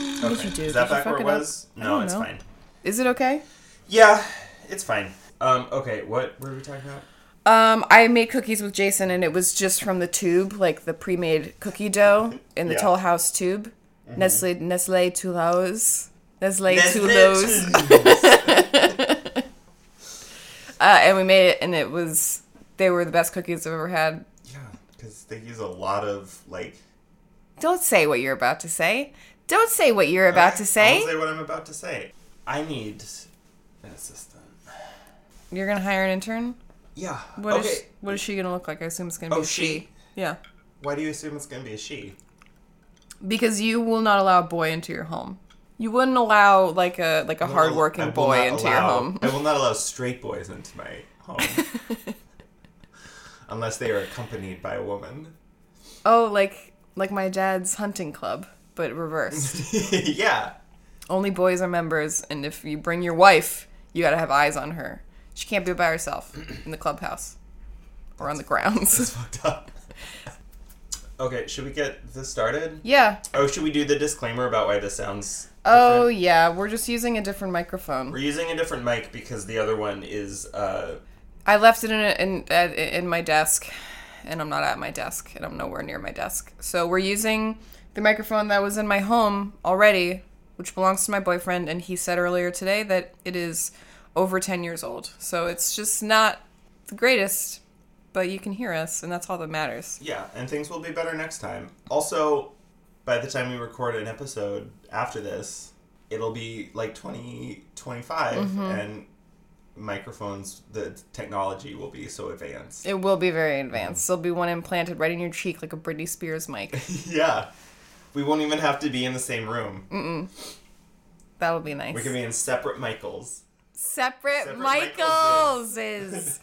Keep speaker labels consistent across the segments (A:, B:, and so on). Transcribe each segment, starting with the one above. A: Did
B: Is that
A: you
B: back where
A: fuck
B: it
A: up?
B: was?
A: I
B: No,
A: don't
B: it's
A: know.
B: fine.
A: Is it okay?
B: Yeah, it's fine. Um, okay, what were we talking about?
A: Um, I made cookies with Jason, and it was just from the tube, like the pre-made cookie dough in the
B: Yeah. Mm-hmm.
A: Toll House tube. Nestle Nestle Toulouse. Nestle
B: Nestle
A: Toulouse.
B: Toulouse.
A: Uh, and we made it, and it was they were the best cookies I've ever had.
B: yeah, because they use a lot of like.
A: Don't say what you're about to say. Don't say what you're about to say.
B: I'll say what I'm about to say. I need an assistant.
A: You're gonna hire an intern.
B: Yeah. Oh,
A: What is
B: okay.
A: what is she gonna look like? I assume it's gonna be
B: Oh,
A: a she.
B: she.
A: Yeah,
B: Why do you assume it's gonna be a she?
A: because you will not allow a boy into your home. You wouldn't allow like a like a
B: I will- I
A: hardworking
B: will
A: boy
B: not
A: into your
B: allow-
A: home.
B: I will not allow straight boys into my home. Unless they are accompanied by a woman.
A: Oh, like like my dad's hunting club, but reversed.
B: yeah.
A: Only boys are members, and if you bring your wife, you gotta have eyes on her. She can't be by herself in the clubhouse or on the grounds.
B: Fucked up. Okay, should we get this started?
A: yeah.
B: Oh, should we do the disclaimer about why this sounds
A: Oh
B: different?
A: yeah, we're just using a different
B: We're
A: microphone.
B: using a different mic because the other one is uh
A: I left it in a, in at- in my desk, and I'm not at my desk, and I'm nowhere near my desk. So we're using the microphone that was in my home already, which belongs to my boyfriend, and he said earlier today that it is over 10 years old. So it's just not the greatest, but you can hear us, and that's all that matters.
B: yeah, and things will be better next time. Also, by the time we record an episode after this, it'll be like 2025 and microphones the technology will be so advanced.
A: It will be very advanced. There'll be one implanted right in your cheek, like a Britney Spears mic.
B: yeah. We won't even have to be in the same room.
A: That'll be nice.
B: We can be in separate Michaels.
A: Separate,
B: Separate
A: Michaels
B: Michaels
A: is.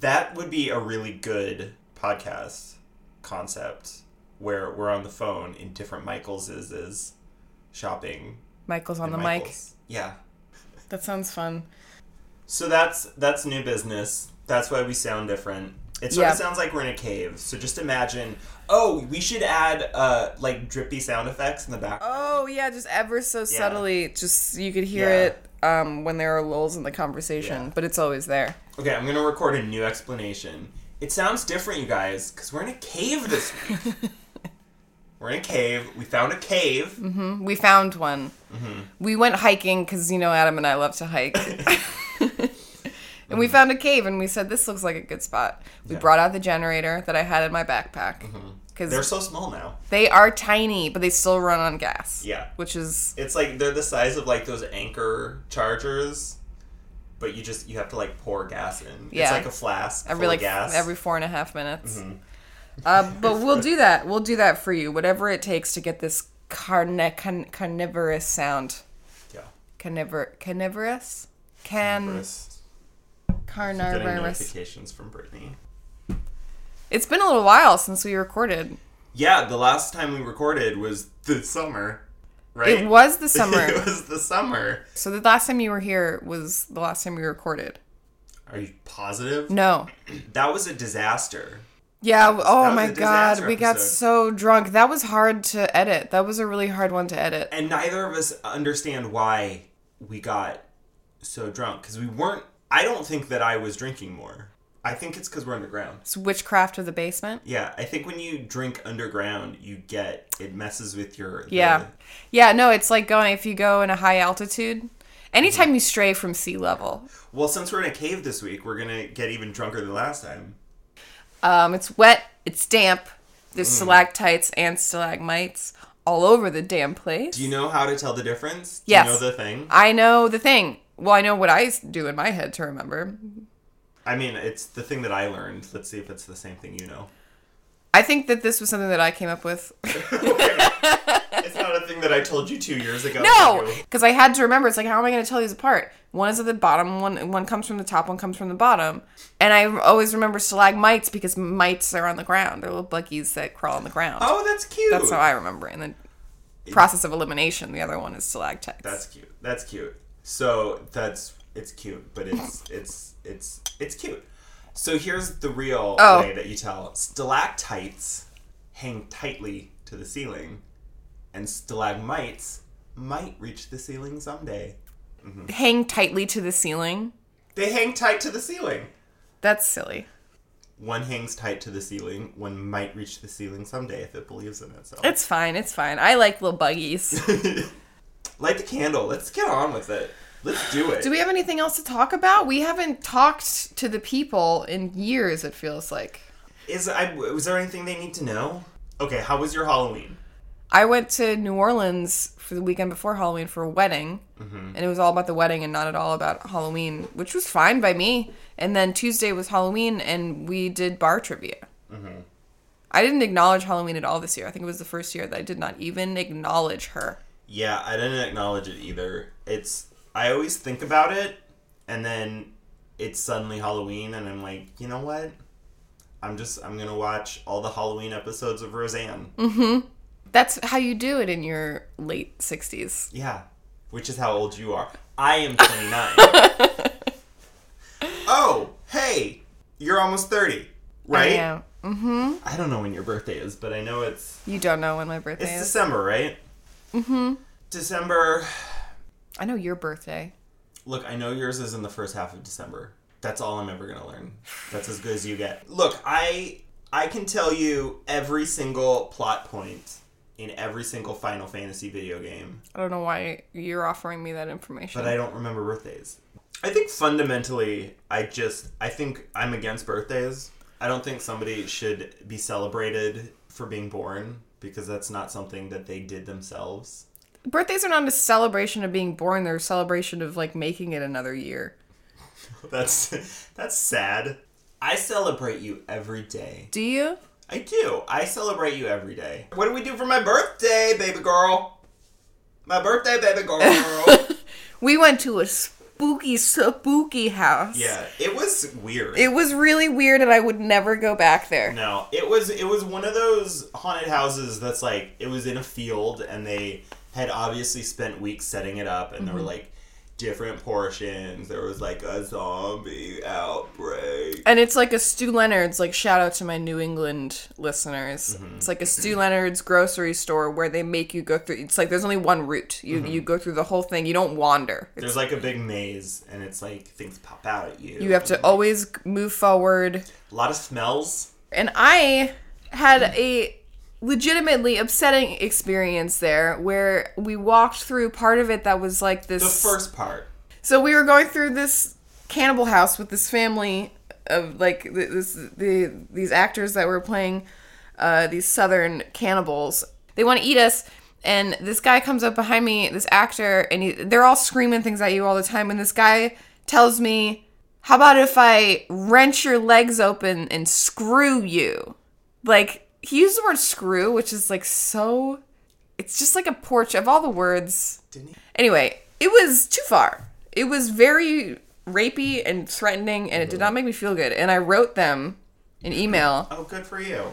B: That would be a really good podcast concept where we're on the phone in different Michaels is is shopping
A: Michael's on the
B: Michaels. Yeah.
A: mic. That sounds fun.
B: So that's that's new business. That's why we sound different. It sort
A: Yeah.
B: of sounds like we're in a cave. So just imagine. Oh, we should add uh like drippy sound effects in the back.
A: Oh yeah, just ever so subtly, just you could hear
B: Yeah.
A: it um, when there are lulls in the conversation,
B: Yeah.
A: but it's always there.
B: Okay, I'm gonna record a new explanation. It sounds different, you guys, because we're in a cave this week. we're in a cave. We found a cave.
A: We found one.
B: Mm-hmm.
A: We went hiking because you know Adam and I love to hike. And we found a cave, and we said this looks like a good spot. We
B: Yeah. Mm-hmm.
A: brought out the generator that I had in my backpack because
B: They're so small now.
A: they are tiny, but they still run on gas.
B: Yeah.
A: which is
B: It's like they're the size of like those anchor chargers, but you just you have to like pour gas in.
A: Yeah.
B: It's like a flask
A: every
B: full of
A: like
B: gas. Mm-hmm.
A: every four and a half minutes. Uh, but we'll do that. We'll do that for you. Whatever it takes to get this carne- can- carnivorous sound.
B: yeah.
A: Carnivor- carnivorous? Can
B: Chris, getting
A: carnivorous.
B: notifications from Brittany.
A: It's been a little while since we recorded.
B: Yeah, the last time we recorded was the summer, right?
A: It was the summer.
B: it was the summer.
A: so the last time you were here was the last time we recorded.
B: Are you positive?
A: No.
B: That was a disaster.
A: Yeah. oh
B: was
A: my
B: a
A: god,
B: disaster
A: we got
B: episode.
A: so drunk. That was hard to edit. That was a really hard one to edit.
B: And neither of us understand why we got so drunk because we weren't. I don't think that I was drinking more. I think it's because we're underground.
A: It's witchcraft of the basement.
B: Yeah, I think when you drink underground, you get it messes with your the-
A: Yeah. Yeah, no, it's like going if you go in a high altitude.
B: Mm-hmm.
A: Anytime you stray from sea level,
B: Well, since we're in a cave this week, we're gonna get even drunker than last time.
A: um, it's wet, it's damp.
B: Mm.
A: There's stalactites and stalagmites all over the damn place.
B: Do you know how to tell the difference? Do
A: Yes.
B: You know the thing.
A: I know the thing. Well, I know what I s- do in my head to remember.
B: I mean, it's the thing that I learned. Let's see if it's the same thing you know.
A: I think that this was something that I came up with.
B: It's not a thing that I told you two years ago.
A: no,
B: that you-
A: because I had to remember. It's like, how am I going to tell these apart? One is at the bottom. One one comes from the top. One comes from the bottom. And I always remember stalagmites because mites are on the ground. They're little buggies that crawl on the ground.
B: Oh, that's cute.
A: That's how I remember. it. And the process of elimination, the other one is stalactites.
B: That's cute. That's cute. So that's it's cute, but it's it's it's it's cute. So here's the real
A: Oh.
B: way that you tell. Stalactites hang tightly to the ceiling, and stalagmites might reach the ceiling someday.
A: Hang tightly to the ceiling.
B: They hang tight to the ceiling.
A: That's silly.
B: One hangs tight to the ceiling, one might reach the ceiling someday if it believes in itself.
A: It's fine. It's fine. I like little buggies.
B: Light the candle. Let's get on with it. Let's do it.
A: Do we have anything else to talk about? We haven't talked to the people in years. It feels like.
B: Is I was there anything they need to know? Okay, how was your Halloween?
A: I went to New Orleans for the weekend before Halloween for a wedding,
B: Mm-hmm.
A: and it was all about the wedding and not at all about Halloween, which was fine by me. And then Tuesday was Halloween, and we did bar trivia.
B: Mm-hmm.
A: I didn't acknowledge Halloween at all this year. I think it was the first year that I did not even acknowledge her.
B: Yeah, I didn't acknowledge it either. It's I always think about it and then it's suddenly Halloween and I'm like, you know what? I'm just I'm gonna watch all the Halloween episodes of Roseanne.
A: That's how you do it in your late 60s.
B: Yeah. Which is how old you are. I am twenty nine. oh, hey, you're almost thirty. Right?
A: Yeah.
B: I don't know when your birthday is, but I know it's
A: You don't know when my birthday
B: it's
A: is.
B: December, right? Mm-hmm. December
A: I know your birthday.
B: Look, I know yours is in the first half of December. That's all I'm ever gonna learn. That's as good as you get. Look, I I can tell you every single plot point in every single Final Fantasy video game,
A: I don't know why you're offering me that information.
B: but I don't remember birthdays. I think fundamentally, I just I think I'm against birthdays. I don't think somebody should be celebrated for being born because that's not something that they did themselves.
A: Birthdays are not a celebration of being born, they're a celebration of like making it another year.
B: That's that's sad. I celebrate you every day.
A: Do you?
B: I do. I celebrate you every day. What do we do for my birthday, baby girl? My birthday, baby girl.
A: We went to a spooky, spooky house.
B: yeah, it was weird.
A: It was really weird and I would never go back there.
B: no, it was it was one of those haunted houses that's like it was in a field and they had obviously spent weeks setting it up and there
A: Mm-hmm.
B: were like different portions. There was like a zombie outbreak.
A: And it's like a Stu Leonard's, like, shout out to my New England listeners.
B: Mm-hmm.
A: It's like a Stu Leonard's grocery store where they make you go through. It's like there's only one route. You you go through the whole thing. You don't wander. It's,
B: Mm-hmm. There's like a big maze and it's like things pop out at you.
A: you have to always move forward.
B: a lot of smells.
A: And I had a legitimately upsetting experience there where we walked through part of it that was like this.
B: The first part.
A: So we were going through this cannibal house with this family of like th- this the these actors that were playing uh, these southern cannibals. They want to eat us, and this guy comes up behind me, this actor, and he, they're all screaming things at you all the time. And this guy tells me, "How about if I wrench your legs open and screw you?" Like he used the word "screw," which is like so. It's just like a porch of all the words.
B: Didn't he?
A: Anyway, it was too far. It was very rapey and threatening, and it did not make me feel good. And I wrote them an email.
B: Oh, good for you.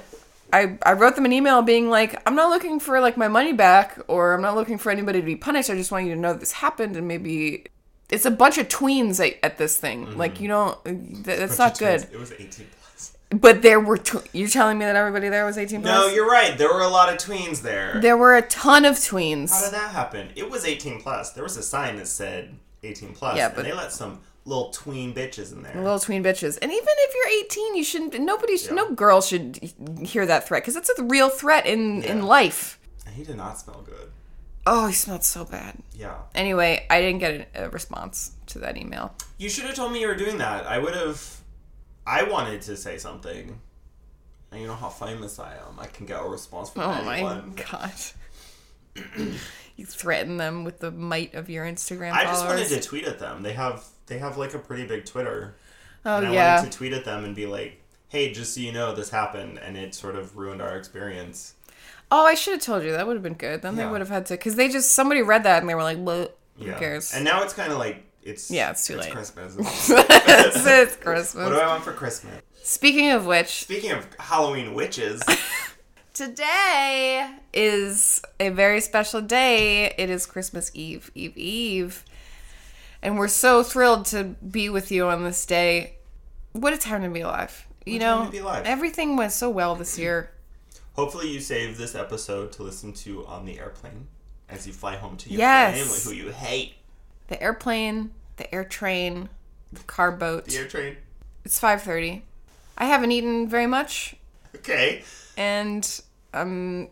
A: I, I wrote them an email being like, I'm not looking for like my money back, or I'm not looking for anybody to be punished. I just want you to know this happened, and maybe it's a bunch of tweens at, at this thing.
B: Mm-hmm.
A: Like you don't, th- that's not good.
B: It was 18 plus.
A: But there were tw- you're telling me that everybody there was 18 plus.
B: No, you're right. There were a lot of tweens there.
A: there were a ton of tweens.
B: How did that happen? It was 18 plus. There was a sign that said 18 plus,
A: Yeah, but-
B: and they let some little tween bitches in there.
A: little tween bitches. And even if you're 18, you shouldn't. Nobody, should, no girl should hear that threat because it's a real threat in in
B: Yeah.
A: life.
B: And he did not smell good.
A: Oh, he smelled so bad.
B: Yeah.
A: Anyway, I didn't get a, a response to that email.
B: You should have told me you were doing that. I would have. I wanted to say something. And you know how famous I am. I can get a response from
A: Oh
B: anyone.
A: my god. you threaten them with the might of your Instagram
B: I
A: followers.
B: just wanted to tweet at them. They have they have like a pretty big Twitter.
A: oh
B: and I
A: yeah.
B: wanted to tweet at them and be like, "Hey, just so you know, this happened, and it sort of ruined our experience."
A: oh, I should have told you. That would have been good. Then they
B: Yeah.
A: would have had to because they just somebody read that and they were like, "What?
B: Yeah.
A: Who cares?"
B: And now it's kind of like it's
A: Yeah, it's too late.
B: Christmas.
A: it's, it's
B: what do
A: Christmas.
B: I want for Christmas?
A: Speaking of which,
B: Speaking of Halloween witches,
A: Today is a very special day. It is Christmas Eve, Eve, Eve. And we're so thrilled to be with you on this day. What a time to be alive. You
B: time
A: know,
B: to be alive.
A: everything went so well this year.
B: hopefully you save this episode to listen to on the airplane. as you fly home to your
A: Yes.
B: family who you hate.
A: The airplane, the air train, the car boat.
B: The air train.
A: It's 5:30. I haven't eaten very much
B: Okay.
A: and I'm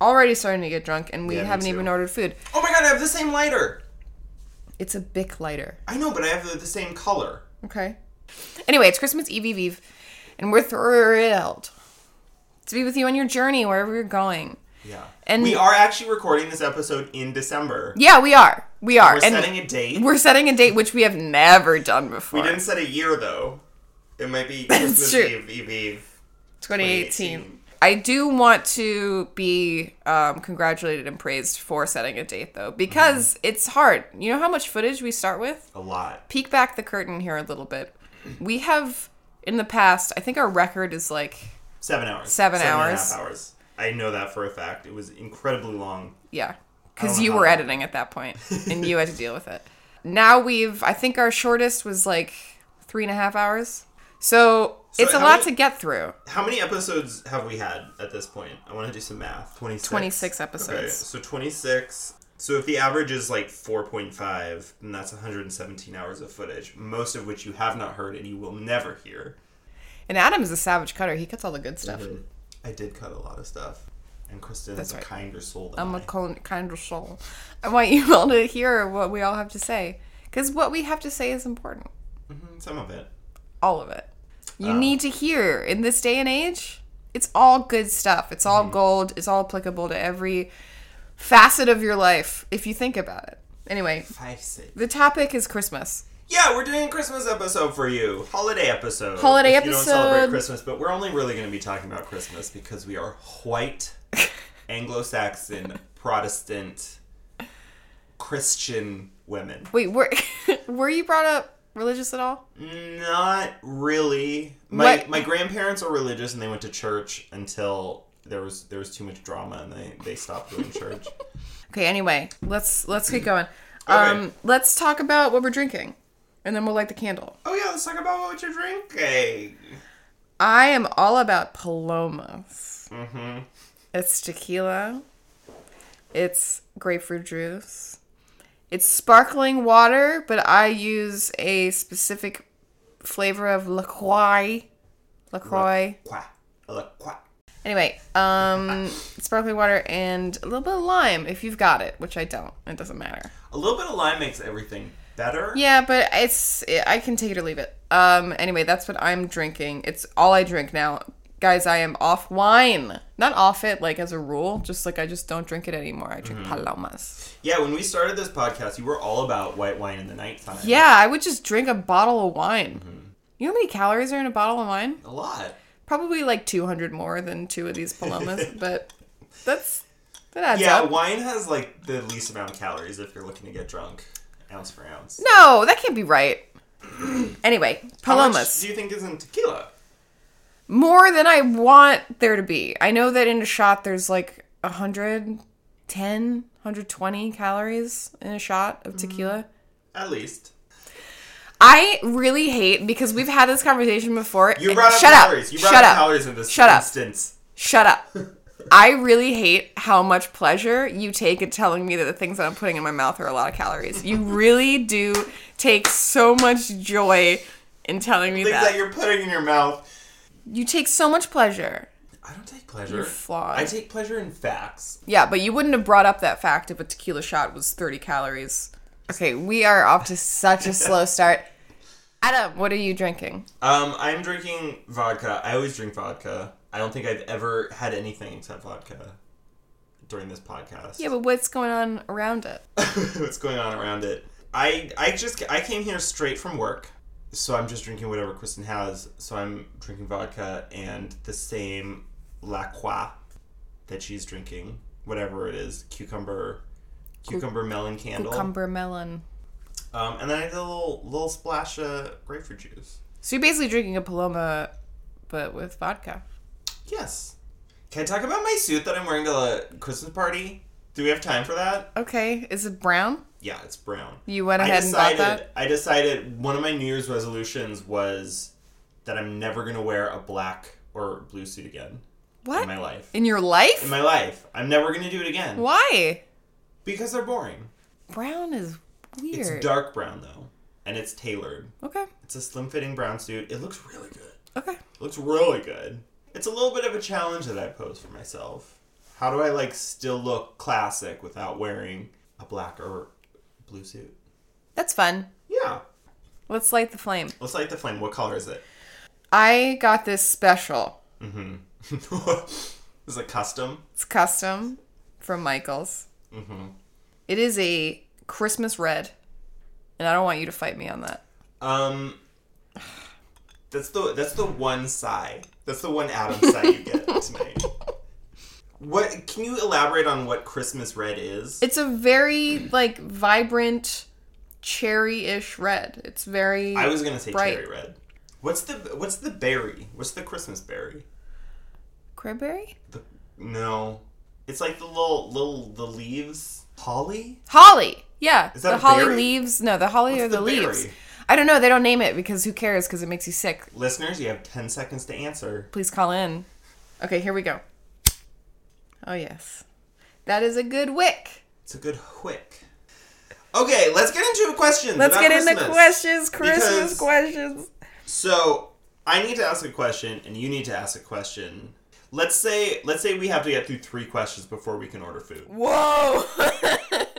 A: already starting to get drunk and we
B: Yeah, me
A: haven't
B: too.
A: even ordered food.
B: Oh my god, I have the same lighter.
A: It's a Bic lighter.
B: I know, but I have the, the same color.
A: Okay. Anyway, it's Christmas Eve Eve Eve and we're thrilled to be with you on your journey wherever you're going.
B: Yeah.
A: And-
B: we are actually recording this episode in December.
A: Yeah, we are. We are.
B: We're
A: and
B: setting a date.
A: we're setting a date which we have never done before.
B: We didn't set a year though. It might be Christmas
A: true.
B: Eve, Eve, Eve.
A: 2018.
B: 2018.
A: I do want to be um, congratulated and praised for setting a date, though, because
B: Mm-hmm.
A: it's hard. You know how much footage we start with?
B: A lot.
A: Peek back the curtain here a little bit. We have, in the past, I think our record is like,
B: Seven hours.
A: Seven
B: and a
A: hours.
B: half hours. I know that for a fact. It was incredibly long.
A: yeah,
B: I
A: because
B: don't
A: you
B: know
A: were
B: how.
A: editing at that point and you had to deal with it. Now we've, I think our shortest was like three and a half hours. So,
B: So
A: it's a
B: how
A: lot
B: many-
A: to get through.
B: How many episodes have we had at this point? I want to do some math. 26.
A: 26
B: Okay,
A: episodes.
B: so 26. So if the average is like 4.5, then that's 117 hours of footage, most of which you have not heard and you will never hear.
A: And Adam is a savage cutter. He cuts all the good stuff.
B: Mm-hmm. I did cut a lot of stuff. And Kristen is a
A: right.
B: kinder soul than
A: I'm
B: I.
A: a con- kind of soul. I want you all to hear what we all have to say because what we have to say is important.
B: Mhm, Some of it.
A: All of it. You need to hear in this day and age. It's all good stuff. It's
B: Mm-hmm.
A: all gold. It's all applicable to every facet of your life if you think about it. Anyway,
B: Five, six.
A: the topic is Christmas.
B: Yeah, we're doing a Christmas episode for you. Holiday episode.
A: Holiday
B: if You don't celebrate
A: episode.
B: Christmas, but we're only really going to be talking about Christmas because we are white, Anglo-Saxon, Protestant, Christian women.
A: Wait, were were you brought up religious at all?
B: Not really. My
A: What-
B: my grandparents are religious and they went to church until there was there was too much drama and they they stopped going to church.
A: Okay, anyway, let's let's get going.
B: Okay.
A: Um let's talk about what we're drinking and then we'll light the candle.
B: Oh yeah, let's talk about what you're drinking.
A: I am all about Palomas.
B: Mhm.
A: It's tequila. It's grapefruit juice. It's sparkling water, but I use a specific flavor of LaCroix. LaCroix.
B: Quack. Look, quack.
A: Anyway, um, sparkling water and a little bit of lime if you've got it, which I don't. It doesn't matter.
B: A little bit of lime makes everything better.
A: Yeah, but it's I can take it or leave it. Um. Anyway, that's what I'm drinking. It's all I drink now, guys. I am off wine. Not off it, like as a rule. Just like I just don't drink it anymore. I drink palomas.
B: Yeah, when we started this podcast, you were all about white wine in the nighttime.
A: Yeah, I would just drink a bottle of wine. You know how many calories are in a bottle of wine?
B: A lot.
A: Probably like 200 more than two of these palomas, but that's that adds
B: Yeah,
A: up.
B: wine has like the least amount of calories if you're looking to get drunk, ounce for ounce.
A: No, that can't be right. anyway,
B: How
A: palomas.
B: much do you think is in tequila?
A: more than I want there to be. I know that in a shot there's like 110, 120 calories in a shot
B: Mm.
A: of tequila.
B: At least.
A: I really hate because we've had this conversation before.
B: You
A: and-
B: brought up
A: shut
B: calories.
A: Up,
B: You brought
A: shut
B: up,
A: up.
B: calories in this
A: Shut up.
B: instance.
A: Shut up. I really hate how much pleasure you take in telling me that the things that I'm putting in my mouth are a lot of calories. You really do take so much joy in telling me
B: Things that
A: that.
B: you're putting in your mouth.
A: You take so much pleasure.
B: I don't take pleasure.
A: You're flawed.
B: I take pleasure in facts.
A: Yeah, but you wouldn't have brought up that fact if a tequila shot was 30 calories. Okay, we are off to such a slow start. Adam, what are you drinking?
B: Um, I'm drinking vodka. I always drink vodka. I don't think I've ever had anything except vodka during this podcast.
A: Yeah, but what's going on around it?
B: what's going on around it. I I just I came here straight from work, so I'm just drinking whatever Kristen has. So I'm drinking vodka and the same La Croix that she's drinking, whatever it is, cucumber, cucumber melon candle.
A: Cucumber melon.
B: Um, and then I did a little little splash of grapefruit juice.
A: So you're basically drinking a Paloma, but with vodka.
B: Yes. Can I talk about my suit that I'm wearing to the Christmas party? Do we have time for that?
A: Okay, is it brown?
B: Yeah, it's brown.
A: You went
B: I
A: ahead and bought
B: decided.
A: that?
B: I decided one of my New Year's resolutions was that I'm never gonna wear a black or blue suit again in
A: What?
B: my life.
A: In your life?
B: In my life, I'm never gonna do it again
A: Why?
B: Because they're boring.
A: Brown is weird.
B: It's dark brown though, and it's tailored.
A: Okay.
B: It's a slim fitting brown suit. It looks really good.
A: Okay.
B: It looks really good. It's a little bit of a challenge that I pose for myself. How do I like still look classic without wearing a black or blue suit?
A: That's fun.
B: Yeah.
A: Let's light the flame.
B: Let's light the flame. What color is it?
A: I got this special.
B: is it custom?
A: It's custom from Michaels.
B: Mm-hmm.
A: It is a Christmas red, and I don't want you to fight me on that.
B: Um, that's the that's the one sigh. That's the one Adam sigh you get tonight. What can you elaborate on what Christmas red is?
A: It's a very like vibrant, cherry-ish red. It's very.
B: I was gonna say
A: bright.
B: cherry red. What's the what's the berry? What's the Christmas berry?
A: Crabberry?
B: The, no, it's like the little little the leaves. Holly.
A: Holly. Yeah.
B: that
A: the
B: a
A: holly
B: berry?
A: leaves. No, the holly or the,
B: the
A: leaves.
B: berry?
A: I don't know. They don't name it because who cares? Because it makes you sick.
B: Listeners, you have ten seconds to answer.
A: Please call in. Okay, here we go. Oh yes, that is a good wick.
B: It's a good quick. Okay, let's get into questions.
A: Let's
B: about
A: get into
B: Christmas.
A: questions. Christmas
B: Because-
A: questions.
B: So I need to ask a question, and you need to ask a question. Let's say let's say we have to get through three questions before we can order food.
A: Whoa.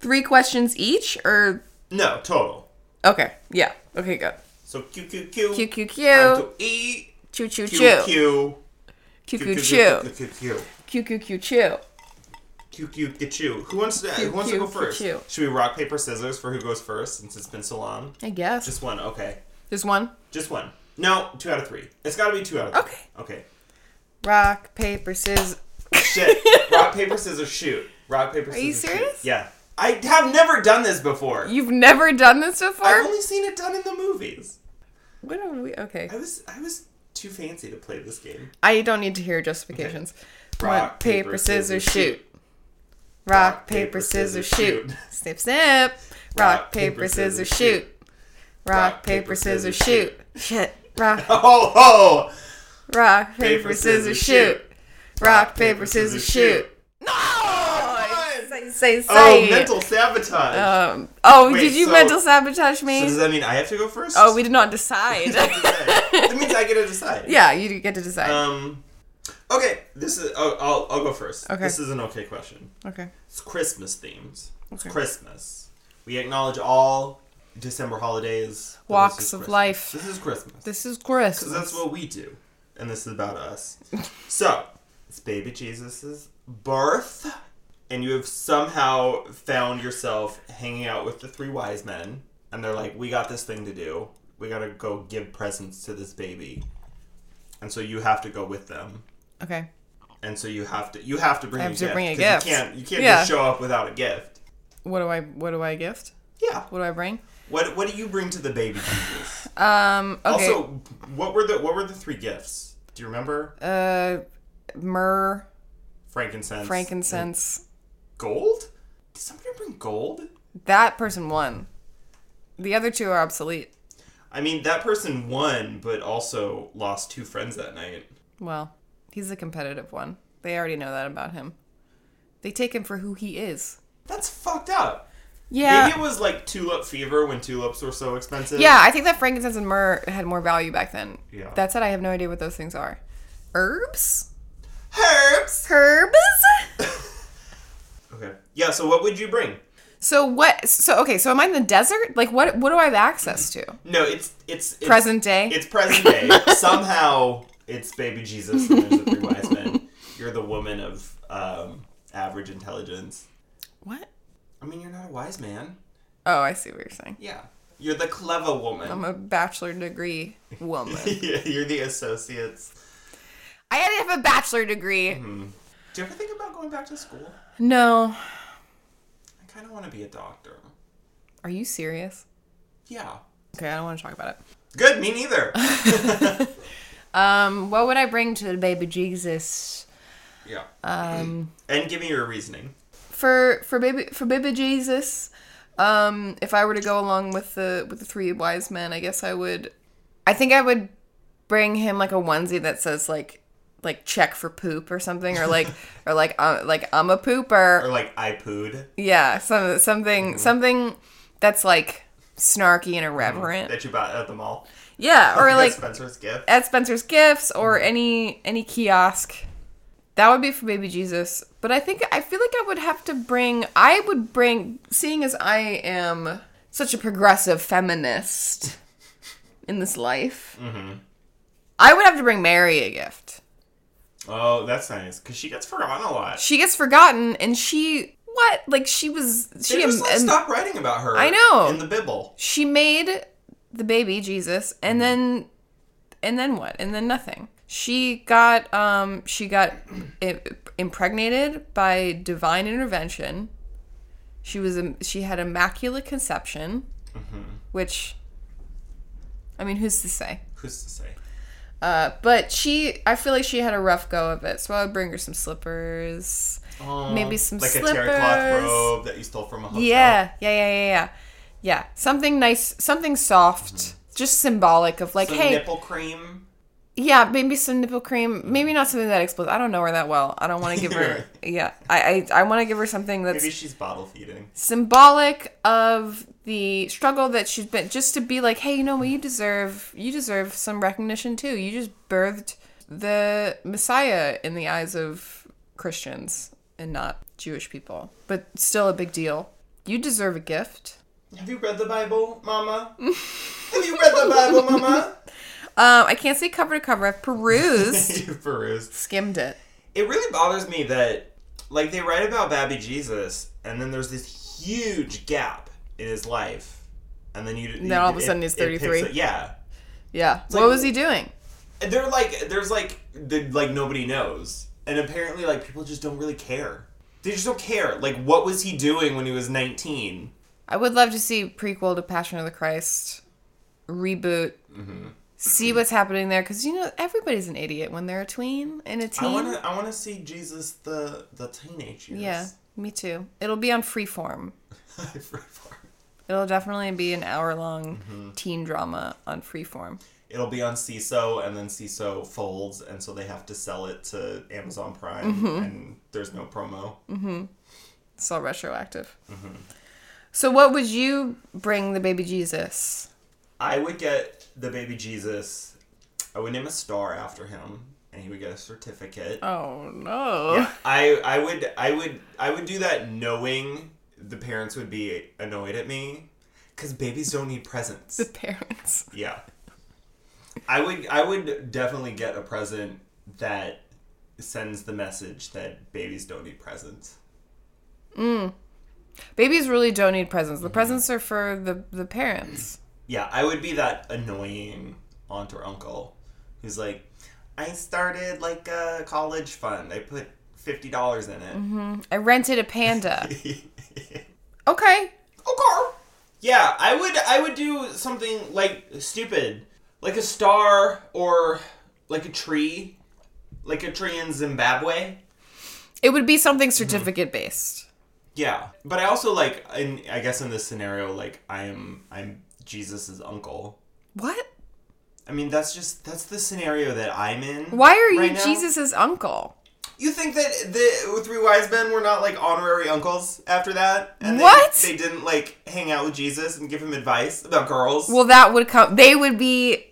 A: Three questions each, or
B: No, total.
A: okay, yeah, okay, good.
B: So Q Q Q
A: Q Q
B: time
A: Q
B: to eat
A: choo choo
B: Q
A: choo
B: Q
A: Q
B: Q
A: Q chew
B: Q Q Q
A: Q Q Q chew.
B: Q Q Q Q. Who wants to
A: Q,
B: Who wants to
A: Q,
B: go
A: Q,
B: first?
A: Q.
B: Should we rock paper scissors for who goes first since it's been so long?
A: I guess
B: Just one. Okay,
A: there's one.
B: just one. No, two out of three. It's got to be two out of three. Okay.
A: Rock paper scissors.
B: Shit. rock paper scissors shoot. Rock paper scissors.
A: you
B: shoot.
A: serious?
B: Yeah. I have never done this before.
A: You've never done this before.
B: I've only seen it done in the movies.
A: what are we? Okay.
B: I was I was too fancy to play this game.
A: I don't need to hear justifications.
B: Rock,
A: Rock, paper, scissors, shoot. Rock, paper, scissors, shoot. Snip, snip. Rock, paper, scissors, shoot. Rock, paper, scissors, shoot. Shit. Rock,
B: Oh ho!
A: rock, paper, scissors, shoot. Rock, paper, scissors, shoot. No! Say, say, say.
B: Oh,
A: it.
B: mental sabotage.
A: Um, oh,
B: Wait,
A: did you
B: so-
A: mental sabotage
B: so
A: me?
B: does that mean I have to go first?
A: oh, we did not decide.
B: that means I get to decide.
A: yeah, you get to decide.
B: Um. Okay. This is. Oh, I'll I'll go first.
A: Okay.
B: This is an okay question.
A: okay.
B: It's Christmas themes. It's
A: Okay.
B: Christmas. We acknowledge all December holidays. but this
A: Walks
B: is
A: of
B: Christmas.
A: life.
B: This is Christmas.
A: This is
B: Because
A: Christmas.
B: that's what we do. And this is about us. so, it's baby Jesus' birth. And you have somehow found yourself hanging out with the three wise men. And they're like, we got this thing to do. We got to go give presents to this baby. And so you have to go with them.
A: Okay.
B: And so you have to you have to bring
A: I have
B: a
A: to
B: gift.
A: bring a
B: 'cause
A: gift.
B: You can't you can't
A: Yeah.
B: just show up without a gift.
A: What do I? What do I gift?
B: Yeah.
A: What do I bring?
B: What what do you bring to the baby Jesus?
A: Um. Okay.
B: Also, what were the what were the three gifts? Do you remember?
A: uh, myrrh,
B: Frankincense.
A: frankincense.
B: Gold? Did somebody bring gold?
A: That person won. The other two are obsolete.
B: I mean, that person won, but also lost two friends that night.
A: Well, he's the competitive one. They already know that about him. They take him for who he is.
B: That's fucked up.
A: Yeah.
B: Maybe it was like tulip fever when tulips were so expensive.
A: yeah, I think that frankincense and myrrh had more value back then.
B: Yeah.
A: That said, I have no idea what those things are. Herbs?
B: Herbs!
A: Herbs?
B: Okay. Yeah, so what would you bring?
A: so what so okay, so am I in the desert? Like what what do I have access to?
B: No, it's it's, it's
A: Present day?
B: It's present day. Somehow it's baby Jesus and there's the three wise men. You're the woman of um, average intelligence.
A: what?
B: I mean, you're not a wise man.
A: Oh, I see what you're saying.
B: Yeah. You're the clever woman.
A: I'm a bachelor degree woman.
B: Yeah, you're the associates.
A: I already have a bachelor degree.
B: Mm-hmm. Do you ever think about going back to school?
A: No.
B: I kind of want to be a doctor.
A: Are you serious?
B: Yeah.
A: Okay, I don't want to talk about it.
B: Good, me neither.
A: Um, what would I bring to the baby Jesus?
B: yeah. Um, and give me your reasoning.
A: For for baby for baby Jesus, um, if I were to go along with the with the three wise men, I guess I would I think I would bring him like a onesie that says like like check for poop or something, or like or like uh, like I'm a pooper,
B: Or like I pooed.
A: yeah, some something something that's like snarky and irreverent,
B: That you bought at the mall.
A: yeah, or
B: That's
A: like
B: Spencer's gift.
A: at Spencer's Gifts or any any kiosk. That would be for baby Jesus. But I think I feel like I would have to bring I would bring seeing as I am such a progressive feminist in this life. I would have to bring Mary a gift.
B: Oh, that's nice. Because she gets forgotten a lot.
A: She gets forgotten and she what? Like she was
B: They
A: she
B: just like,
A: am-
B: stop writing about her.
A: I know.
B: In the Bible.
A: she made the baby Jesus
B: Mm-hmm.
A: and then and then what? And then nothing. She got um she got i- impregnated by divine intervention. She was a, she had immaculate conception,
B: Mm-hmm.
A: which I mean, who's to say?
B: Who's to say?
A: Uh, but she, I feel like she had a rough go of it. So I would bring her some slippers.
B: Oh,
A: Maybe some
B: like a terry
A: slippers.
B: cloth robe that you stole from a hotel.
A: Yeah, yeah, yeah, yeah, yeah. Yeah, something nice, something soft, just symbolic of like,
B: Some
A: hey,
B: nipple cream.
A: yeah, maybe some nipple cream, maybe not something that explodes. I don't know her that well. I don't want to give her. Yeah, I, I, I want to give her something that's
B: Maybe she's bottle feeding.
A: symbolic of the struggle that she's been. Just to be like, hey, you know what, you deserve, you deserve some recognition too. You just birthed the Messiah in the eyes of Christians and not Jewish people, but still a big deal. You deserve a gift.
B: Have you read the Bible, Mama? Have you read the Bible, Mama?
A: Um, I can't say cover to cover. I've perused,
B: you perused.
A: skimmed it.
B: It really bothers me that, like, they write about Babby Jesus, and then there's this huge gap in his life, and then you. And
A: then all of a sudden he's 33.
B: yeah.
A: Yeah. What
B: like-
A: was he doing?
B: They're like, there's like, the, like nobody knows, and apparently, like, people just don't really care. They just don't care. Like, what was he doing when he was 19?
A: I would love to see prequel to Passion of the Christ reboot. See what's happening there, because you know everybody's an idiot when they're a tween and a teen.
B: I wanna, I wanna see Jesus the the teenage years.
A: Yeah, me too. It'll be on Freeform.
B: Yeah.
A: It'll definitely be an hour long teen drama on Freeform.
B: It'll be on CISO, and then CISO folds, and so they have to sell it to Amazon Prime, and there's no promo.
A: It's all retroactive. So, what would you bring the baby Jesus?
B: I would get the baby Jesus. I would name a star after him, and he would get a certificate.
A: Oh no!
B: Yeah, I I would I would I would do that knowing the parents would be annoyed at me, because babies don't need presents.
A: The parents.
B: Yeah. I would I would definitely get a present that sends the message that babies don't need presents.
A: Babies really don't need presents. The presents are for the the parents.
B: Yeah, I would be that annoying aunt or uncle who's like, I started like a college fund. I put fifty dollars in it.
A: I rented a panda. Okay.
B: okay. Yeah, I would I would do something like stupid. Like a star or like a tree. Like a tree in Zimbabwe.
A: It would be something certificate based.
B: Yeah, but I also like, in, I guess in this scenario, like I am, I'm Jesus's uncle.
A: What?
B: I mean, that's just that's the scenario that I'm in.
A: Why are you
B: right now.
A: Jesus's uncle?
B: You think that the three wise men were not like honorary uncles after that? And they-
A: What?
B: They, didn't like hang out with Jesus and give him advice about girls.
A: Well, that would come. They would be,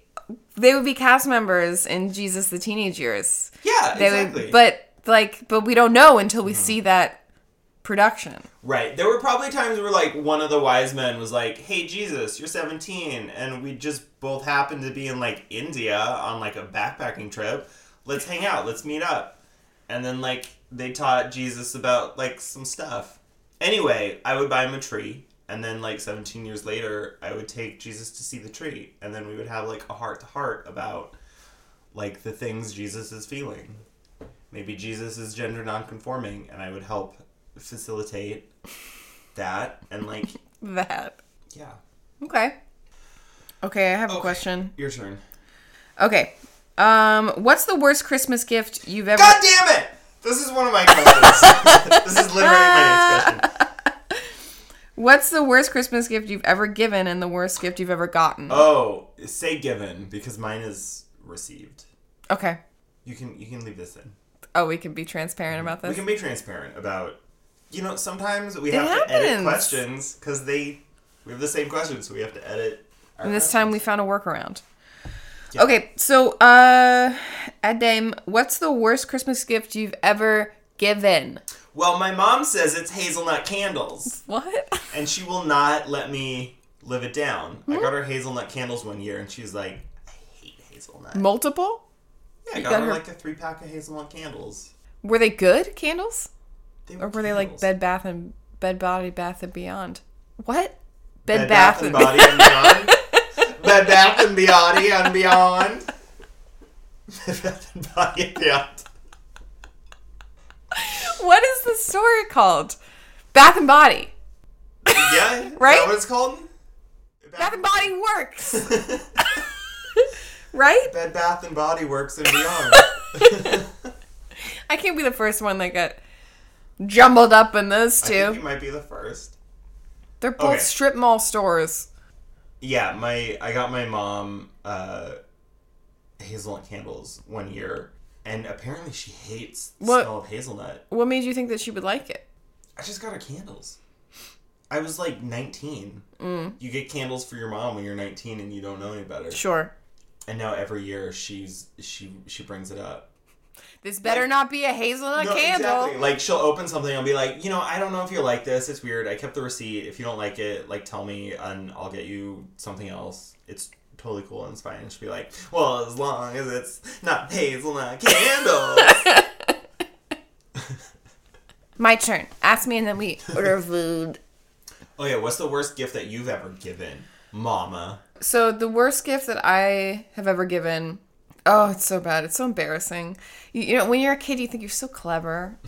A: they would be cast members in Jesus the Teenage Years.
B: yeah,
A: They
B: exactly.
A: would, but like, but we don't know until we see that production.
B: right, there were probably times where like one of the wise men was like, "Hey, Jesus, you're 17," and we just both happened to be in like India on like a backpacking trip. Let's hang out. Let's meet up. And then like they taught Jesus about like some stuff. Anyway, I would buy him a tree, and then like 17 years later, I would take Jesus to see the tree, and then we would have like a heart to heart about like the things Jesus is feeling. Maybe Jesus is gender nonconforming, and I would help facilitate that. And like,
A: That
B: yeah,
A: okay. Okay, I have a question.
B: your turn.
A: Okay, um, what's the worst Christmas gift you've ever?
B: God damn it! This is one of my questions. this is literally my next question.
A: What's the worst Christmas gift you've ever given and the worst gift
B: Uh,
A: you've ever gotten?
B: Oh, say given because mine is received.
A: Okay.
B: You can you can leave this in.
A: Oh, we can be transparent about
B: We
A: this.
B: can be transparent about. You know, sometimes we
A: It
B: have to edit
A: happens.
B: questions because they we have the same questions, so we have to edit. Our
A: and this
B: questions.
A: time we found a workaround.
B: Yeah.
A: Okay, so uh Adam, what's the worst Christmas gift you've ever given?
B: Well, my mom says it's hazelnut candles.
A: What?
B: and she will not let me live it down.
A: Hmm?
B: I got her hazelnut candles one year, and she's like, "I hate hazelnut." Yeah,
A: Multiple?
B: I got,
A: got
B: her,
A: her-
B: like a three pack of hazelnut candles.
A: Were they good candles?
B: They
A: Or were they like
B: candles.
A: Bed Bath and Bed Body Bath and Beyond? What?
B: Bed
A: Bed,
B: Bath and Body and Beyond? Bed Bath and Body and Beyond. Bed Bath and Body and Beyond.
A: what is the store called? Bath and Body.
B: Yeah, is
A: Right?
B: That what it's called?
A: Bath and Body works,
B: Body.
A: right?
B: Bed Bath and Body Works and Beyond.
A: I can't be the first one that got jumbled up in those
B: I think
A: two.
B: you might be the first.
A: They're both
B: Okay.
A: strip mall stores.
B: Yeah, my I got my mom uh, hazelnut candles one year, and apparently she hates the
A: What?
B: smell of hazelnut.
A: What made you think that she would like it?
B: I just got her candles. I was like 19.
A: Mm.
B: You get candles for your mom when you're 19 and you don't know any better.
A: Sure.
B: And now every year she's she she brings it up.
A: This better not be a hazelnut candle.
B: Like she'll open something and be like, you know, I don't know if you like this. It's weird. I kept the receipt. If you don't like it, like tell me and I'll get you something else. It's totally cool and it's fine. And she'll be like, well, as long as it's not hazelnut candles.
A: My turn. Ask me and then we order food.
B: oh yeah, what's the worst gift that you've ever given, Mama?
A: So the worst gift that I have ever given. Oh, it's so bad. It's so embarrassing. You, you know, when you're a kid, you think you're so clever.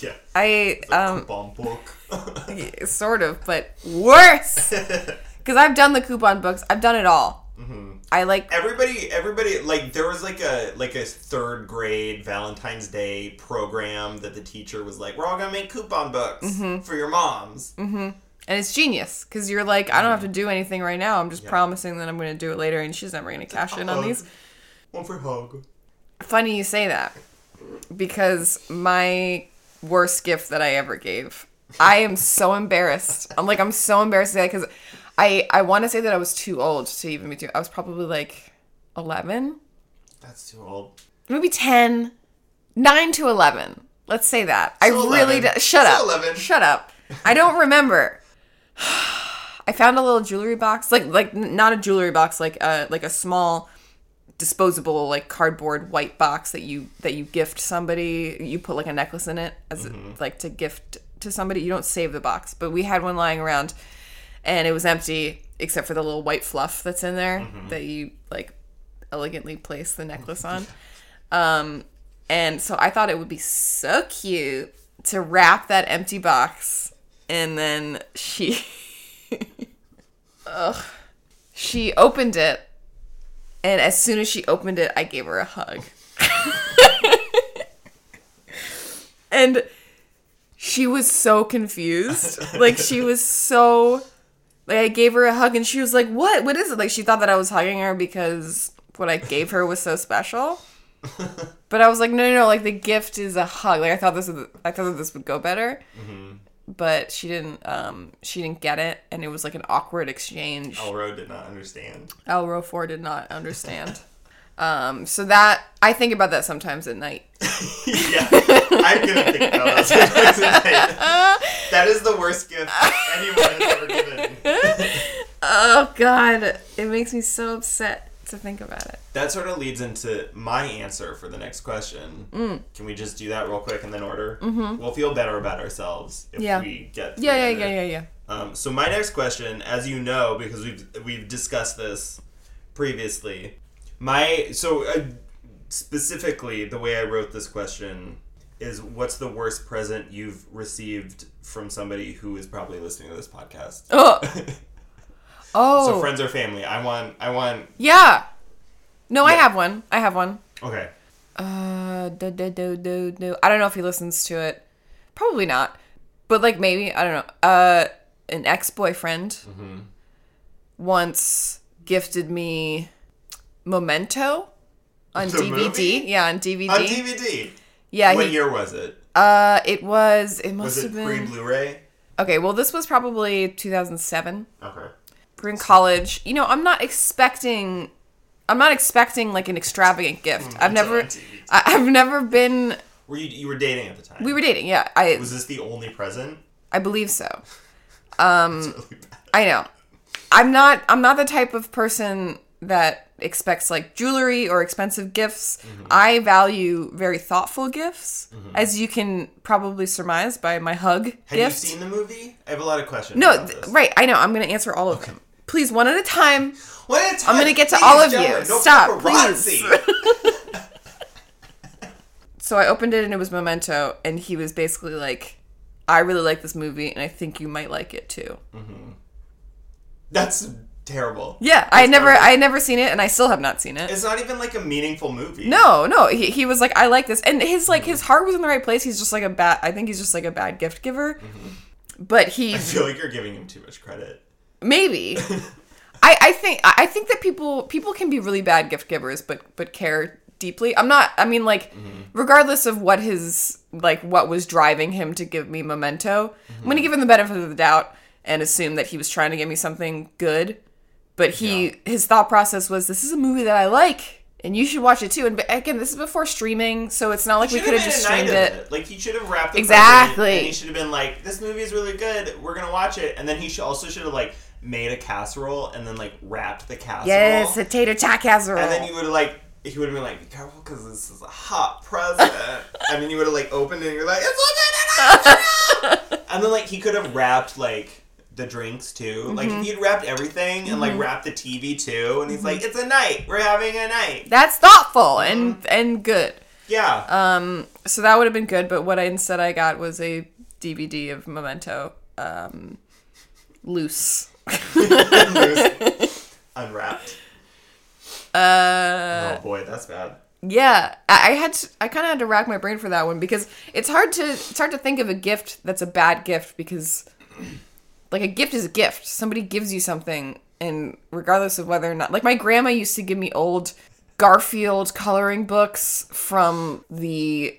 B: yeah,
A: I um,
B: bomb book.
A: Yeah, sort of, but worse. Because I've done the coupon books. I've done it all.
B: Mm-hmm.
A: I like.
B: everybody everybody like there was like a like a third grade valentine's day program that the teacher was like we're all gonna make coupon books
A: Mm-hmm.
B: for your moms
A: And it's genius because you're like, I don't have to do anything right now. I'm just promising that I'm going to do it later, and she's never going to cash in on
B: Hug.
A: these.
B: one for hug
A: Funny you say that because my worst gift that I ever gave, I am so embarrassed. I'm like, I'm so embarrassed because I, I want to say that I was too old to even be too. I was probably like 11,
B: that's too old
A: maybe 10, 9 to 11. Let's say that. I
B: Still
A: really
B: 11.
A: do- shut
B: Still
A: up.
B: 11.
A: Shut up. I don't remember. I found a little jewelry box, like like n- not a jewelry box, like a like a small disposable like cardboard white box that you that you gift somebody. You put like a necklace in it as like to gift to somebody. You don't save the box, but we had one lying around and it was empty except for the little white fluff that's in there that you like elegantly place the necklace on. Um, and so I thought it would be so cute to wrap that empty box, and then she, ugh, she opened it, and as soon as she opened it, I gave her a hug, and she was so confused, like she was so. Like I gave her a hug and she was like, "What? What is it?" Like she thought that I was hugging her because what I gave her was so special. But I was like, no, no, no. Like the gift is a hug. Like I thought this, would, I thought that this would go better. But she didn't. Um, she didn't get it, and it was like an awkward exchange.
B: elro did not understand
A: Elro Four did not understand. um, so that I think about that sometimes at night.
B: yeah i'm gonna think about that sometimes tonight. that is the worst gift anyone has ever given
A: Oh God, it makes me so upset to think about it.
B: that sort of leads into my answer for the next question
A: Mm.
B: can we just do that real quick and then order we'll feel better about ourselves if
A: Mm-hmm. Yeah.
B: we get
A: Yeah, yeah,
B: together.
A: yeah, yeah, yeah.
B: Um, so my next question, as you know, because we've we've discussed this previously, my so uh, specifically the way I wrote this question is what's the worst present you've received from somebody who is probably listening to this podcast?
A: Oh,
B: so
A: oh,
B: friends or family. I want. I want.
A: yeah. No, I have one. I have one.
B: Okay.
A: Uh, do, do, do, do, do. I don't know if he listens to it. Probably not. But like maybe, I don't know. Uh, an ex boyfriend
B: Mm-hmm.
A: once gifted me Memento on
B: The
A: DVD.
B: movie?
A: Yeah, on DVD.
B: On DVD.
A: yeah,
B: what
A: he-
B: year was it?
A: uh, it was. It must
B: Was it
A: have been.
B: pre Blu-ray?
A: okay, well, this was probably 2007.
B: Okay.
A: We're in college. You know, I'm not expecting. I'm not expecting like an extravagant gift. I've
B: that's
A: never.
B: Mm, on DVD.
A: I, I've never been.
B: Were you you were dating at the time?
A: We were dating. Yeah, I.
B: Was this the only present?
A: I believe so.
B: It's
A: Mm.
B: really bad.
A: I know. I'm not I'm not the type of person that expects like jewelry or expensive gifts.
B: Mm-hmm.
A: I value very thoughtful gifts, as you can probably surmise by my hug
B: Have
A: gift.
B: you seen the movie? I have a lot of questions.
A: no,
B: about
A: th-
B: this.
A: right, I know. I'm going to answer all of them. Please, one at a time.
B: What at a time.
A: I'm gonna get to
B: Ladies
A: all of
B: and gentlemen,
A: you.
B: no
A: Stop,
B: paparazzi.
A: So I opened it and it was Memento, and he was basically like, I really like this movie, and I think you might like it too.
B: Mm-hmm. That's terrible.
A: Yeah, I had never,
B: terrible.
A: I had never seen it, and I still have not seen it.
B: It's not even like a meaningful movie.
A: No, no. He, he was like, I like this, and his like his heart was in the right place. He's just like a bad. I think he's just like a bad gift giver. But he
B: I feel like you're giving him too much credit.
A: maybe. I, I think I I think that people people can be really bad gift givers, but but care deeply. I'm not. I mean, like,
B: Mm-hmm.
A: regardless of what his like what was driving him to give me memento, I'm
B: Mm-hmm.
A: gonna give him the benefit of the doubt and assume that he was trying to give me something good. But he his thought process was, this is a movie that I like, and you should watch it too. And but again, this is before streaming, so it's not like we
B: Should've
A: could have
B: made
A: just
B: a night
A: streamed
B: of
A: it.
B: Like he should have wrapped the
A: Exactly.
B: present, And he should have been like, "This movie is really good. We're gonna watch it." And then he should also should have like made a casserole and then like wrapped the casserole.
A: Yes, a tater tot casserole.
B: And then you would have like he would have been like, "Be careful, because this is a hot present." and then you would have like opened it, and you're like, "It's open and up!" And then like he could have wrapped like the drinks too. Like if he'd wrapped everything and like wrapped the TV too. And he's like, "It's a night. We're having a night."
A: That's thoughtful and and good.
B: Yeah.
A: Um, so that would have been good, but what I instead I got was a DVD of Memento, um, loose.
B: Unwrapped.
A: Uh,
B: Oh boy, that's bad.
A: yeah, I, I had to, I kind of had to rack my brain for that one because it's hard to it's hard to think of a gift that's a bad gift because like a gift is a gift. Somebody gives you something, and regardless of whether or not, like my grandma used to give me old Garfield coloring books from the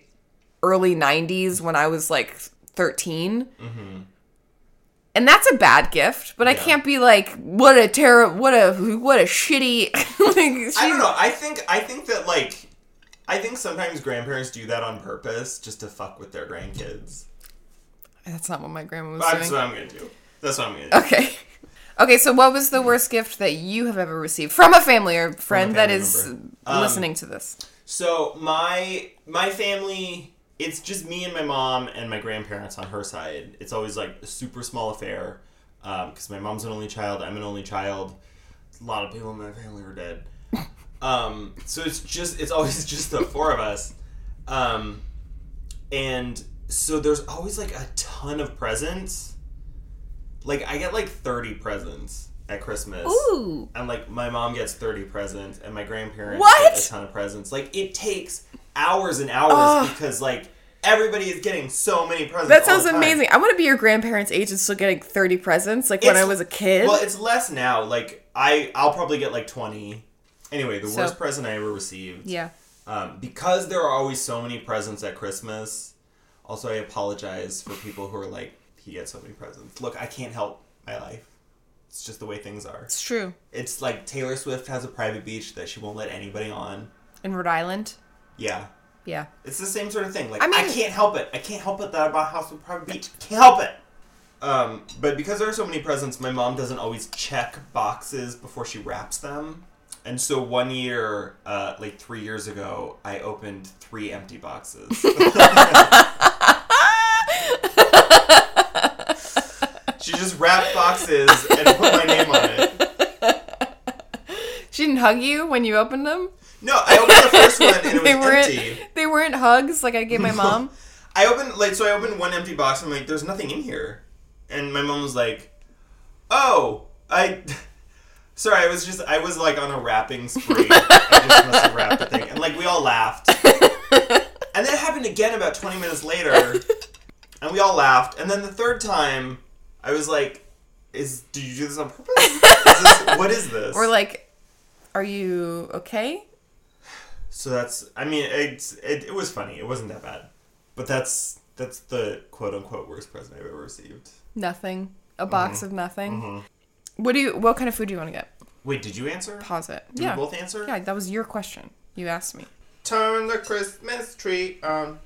A: early 90s when I was like 13.
B: Mm-hmm.
A: And that's a bad gift, but I can't be like, what a terrible, what a, what a shitty. like,
B: I
A: she-
B: don't know. I think I think that like I think sometimes grandparents do that on purpose just to fuck with their grandkids.
A: that's not what my grandma was
B: That's
A: doing.
B: what I'm gonna do. That's what I'm gonna do.
A: Okay. Okay, so what was the worst gift that you have ever received from a family or friend that
B: family
A: is
B: member. Um,
A: listening to this?
B: So my my family, it's just me and my mom and my grandparents on her side. It's always like a super small affair because my mom's an only child. I'm an only child. A lot of people in my family were dead. Um, so it's just it's always just the four of us, um, and so there's always like a ton of presents. Like I get like thirty presents at Christmas
A: Ooh.
B: and like my mom gets 30 presents and my grandparents
A: What?
B: get a ton of presents like it takes hours and hours
A: Ugh.
B: because like everybody is getting so many presents
A: That
B: all
A: sounds
B: the time.
A: amazing. I want to be your grandparents' age and still getting 30 presents like when I
B: It's-
A: was a kid.
B: well it's less now like i i'll probably get like 20 anyway the
A: So-
B: worst present i ever received
A: yeah.
B: um, because there are always so many presents at christmas also i apologize for people who are like he gets so many presents look i can't help my life it's just the way things are
A: It's true.
B: it's like taylor swift has a private beach that she won't let anybody on
A: In Rhode Island?
B: yeah
A: Yeah.
B: It's the same sort of thing. Like
A: I
B: I,
A: mean-
B: can't help it. I can't help it that I bought a house with private beach. Can't help it. Um, but because there are so many presents, my mom doesn't always check boxes before she wraps them. And so one year, uh, like three years ago, I opened three empty boxes. she just wrapped boxes and put my name on it.
A: She didn't hug you when you opened them?
B: No, I opened the first one and it was
A: they weren't
B: empty.
A: they weren't hugs like I gave my mom.
B: I opened like so I opened one empty box and I'm like, there's nothing in here. And my mom was like, Oh, I sorry, I was just I was like on a wrapping spree. I just must have wrapped the thing. And like we all laughed. And that happened again about twenty minutes later. And we all laughed. And then the third time I was like, Is did you do this on purpose? Is this, what is this?
A: Or like, are you okay?
B: So that's I mean it's it, it was funny. It wasn't that bad, but that's that's the quote unquote worst present I've ever received.
A: Nothing. A
B: Mm-hmm.
A: box of nothing. What do you? What kind of food do you want to get?
B: Wait, did you answer?
A: Pause it.
B: Did
A: yeah.
B: we both answer?
A: Yeah, that was your question. You asked me.
B: Turn the Christmas tree on.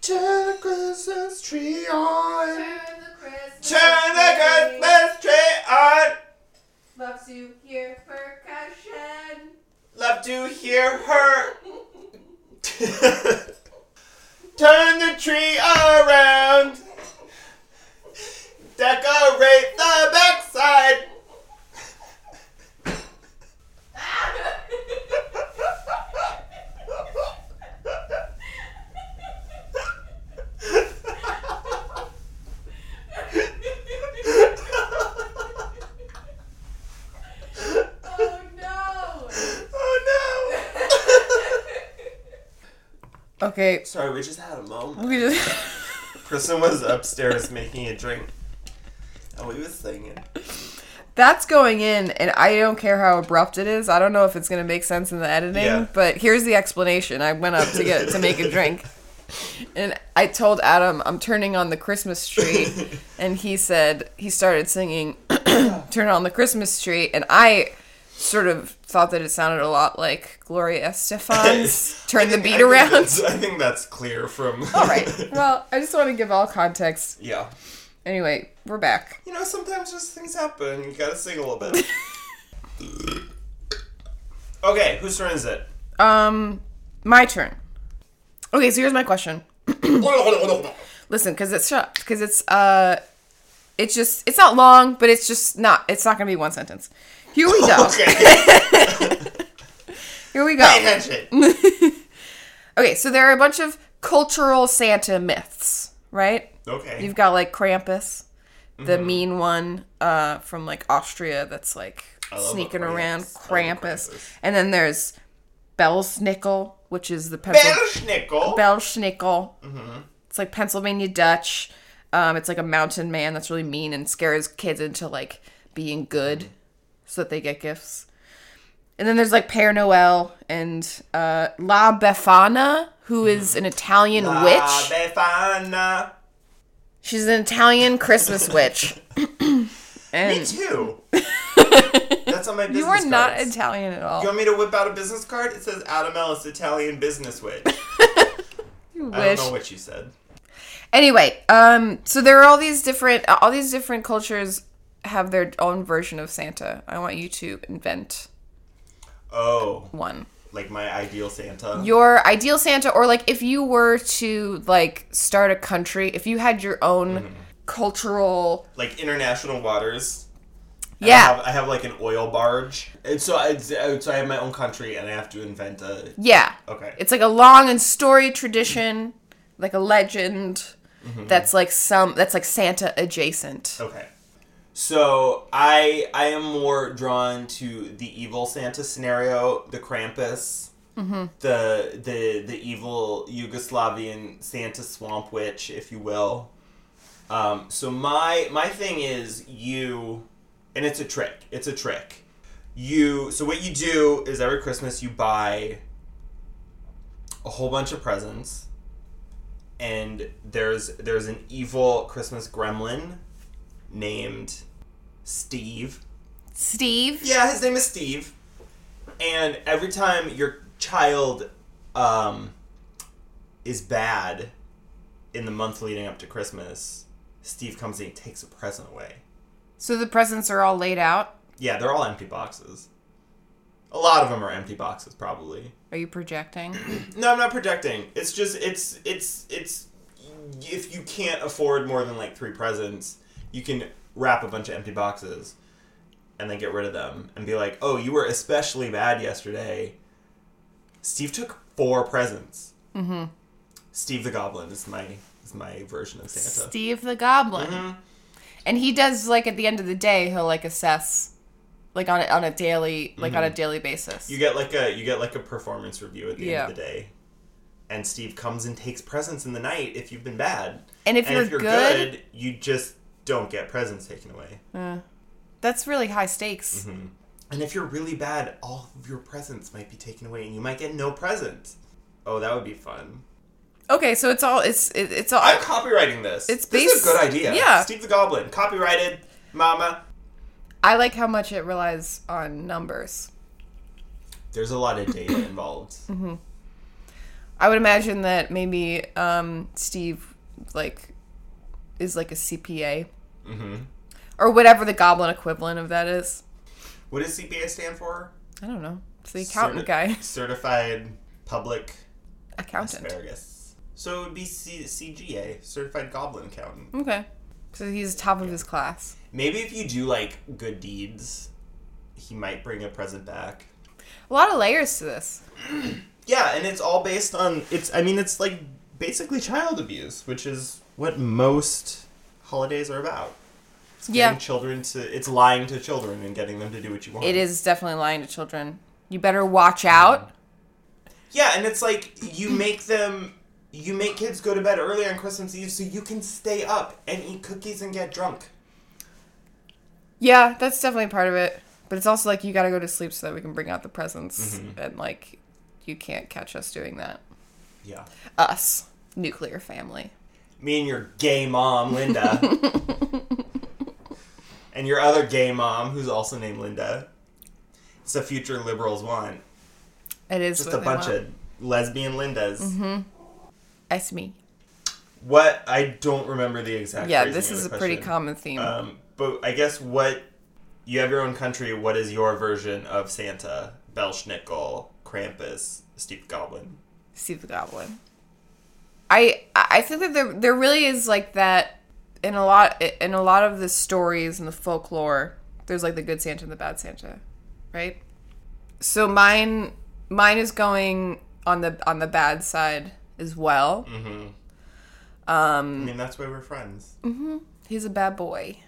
B: Turn the Christmas tree on. Turn the Christmas tree on.
C: Loves you here, percussion.
B: Love to hear her. Turn the tree around. Decorate the backside.
C: Oh no!
B: Oh no!
A: Okay.
B: Sorry, we just had a moment.
A: We just.
B: Kristen was upstairs making a drink. And we was singing.
A: That's going in, and I don't care how abrupt it is. I don't know if it's gonna make sense in the editing,
B: Yeah.
A: but here's the explanation. I went up to get to make a drink, and I told Adam I'm turning on the Christmas tree, and he said he started singing "Turn on the Christmas Tree," and I sort of thought that it sounded a lot like Gloria Estefan's "Turn the Beat
B: I think
A: Around."
B: that's- I think that's clear from.
A: all right. Well, I just want to give all context.
B: yeah.
A: Anyway, we're back.
B: You know, sometimes just things happen. You gotta sing a little bit. okay, whose turn is it?
A: Um, my turn. Okay, so here's my question. listen because it's short because it's uh it's just it's not long but it's just not it's not gonna be one sentence here we go
B: okay.
A: here we go
B: Attention.
A: okay so there are a bunch of cultural santa myths right
B: Okay.
A: you've got like krampus the
B: Mm-hmm.
A: mean one uh from like austria that's like
B: love
A: sneaking
B: Krampus.
A: around
B: I love
A: krampus.
B: Krampus.
A: and then there's belsnickel which is the Pennsylvania.
B: Belschnickel.
A: Belschnickel. It's like Pennsylvania Dutch. Um, it's like a mountain man that's really mean and scares kids into like being good so that they get gifts. And then there's like Père Noël and uh, La Befana, who is an Italian
B: Ah,
A: witch.
B: Befana.
A: She's an Italian Christmas witch.
B: Me
A: and
B: too. That's on my business
A: you are not
B: cards.
A: Italian at all.
B: You want me to whip out a business card? It says Adam Ellis, Italian business witch.
A: You
B: I don't
A: wish.
B: know what you said.
A: anyway um so there are all these different uh, all these different cultures have their own version of santa i want you to invent
B: Oh,
A: one
B: like my ideal Santa.
A: your ideal santa or like if you were to like start a country if you had your own
B: Mm-hmm.
A: cultural
B: like international waters. And I
A: yeah
B: have, I have like an oil barge. And so I so I have my own country and I have to invent a
A: yeah
B: okay.
A: it's like a long and storied tradition like a legend that's like some that's like santa adjacent
B: Mm-hmm. Okay. So I I am more drawn to the evil Santa scenario, the Krampus, the the the evil Yugoslavian Santa swamp witch, if you will. Um, so my my thing is you, and it's a trick. It's a trick. You so what you do is every Christmas you buy a whole bunch of presents, and there's there's an evil Christmas gremlin named Steve.
A: steve
B: Yeah, his name is Steve. And every time your child um, is bad in the month leading up to Christmas, Steve comes in and takes a present away.
A: so the presents are all laid out
B: Yeah, they're all empty boxes. A lot of them are empty boxes, probably.
A: are you projecting
B: No, I'm not projecting. It's just it's it's it's if you can't afford more than like three presents, you can wrap a bunch of empty boxes and then get rid of them and be like, "Oh, you were especially bad yesterday." Steve took four presents. Mm-hmm. Steve the Goblin is my is my version of Santa.
A: Steve the Goblin.
B: Mhm.
A: And he does like at the end of the day, he'll like assess, like on a, on a daily like on a daily basis.
B: Mm-hmm. You get like a you get like a performance review at the
A: Yeah.
B: end of the day. And Steve comes and takes presents in the night if you've been bad.
A: and if
B: and
A: you're,
B: if you're
A: good,
B: good, you just don't get presents taken away.
A: that's really high stakes.
B: Mhm. And if you're really bad, all of your presents might be taken away, and you might get no presents. Oh, that would be fun.
A: Okay, so it's all it's it, it's all
B: I'm copywriting this.
A: It's
B: this is
A: based-
B: a good idea.
A: yeah.
B: Steve the Goblin copyrighted, Mama.
A: I like how much it relies on numbers.
B: There's a lot of data involved.
A: Mm-hmm. I would imagine that maybe um, Steve like is like a CPA
B: hmm
A: or whatever the goblin equivalent of that is.
B: What does CPA stand for?
A: I don't know. It's the accountant
B: Certi-
A: guy,
B: Certified Public
A: accountant.
B: Asparagus. So it would be C- CGA, Certified Goblin Accountant.
A: Okay, so he's top of his class.
B: Maybe if you do like good deeds, he might bring a present back.
A: A lot of layers to this.
B: Yeah, and it's all based on it's. I mean, it's like basically child abuse, which is what most holidays are about. It's getting
A: Yeah.
B: children to it's lying to children and getting them to do what you want.
A: It is definitely lying to children. You better watch out.
B: Yeah, and it's like you make them. You make kids go to bed early on Christmas Eve so you can stay up and eat cookies and get drunk.
A: Yeah, that's definitely part of it. But it's also like you gotta go to sleep so that we can bring out the presents,
B: Mm-hmm.
A: and like you can't catch us doing that.
B: Yeah.
A: Us, nuclear family.
B: Me and your gay mom, Linda. and your other gay mom, who's also named Linda. It's the future liberals want.
A: It is
B: Just
A: what
B: a
A: they
B: bunch
A: want.
B: of lesbian Lindas.
A: Mm-hmm. That's me.
B: What I don't remember the exact.
A: Yeah,
B: phrasing
A: this
B: of
A: is a
B: the
A: pretty
B: question.
A: common theme.
B: Um, but I guess what you have your own country. What is your version of Santa? Belschnickel, Krampus, Steve Goblin.
A: Steve the Goblin. I I think that there there really is like that in a lot in a lot of the stories and the folklore. There's like the good Santa and the bad Santa, right? So mine mine is going on the on the bad side as well.
B: I
A: Mm.
B: mean, that's why we're friends.
A: He's a bad boy.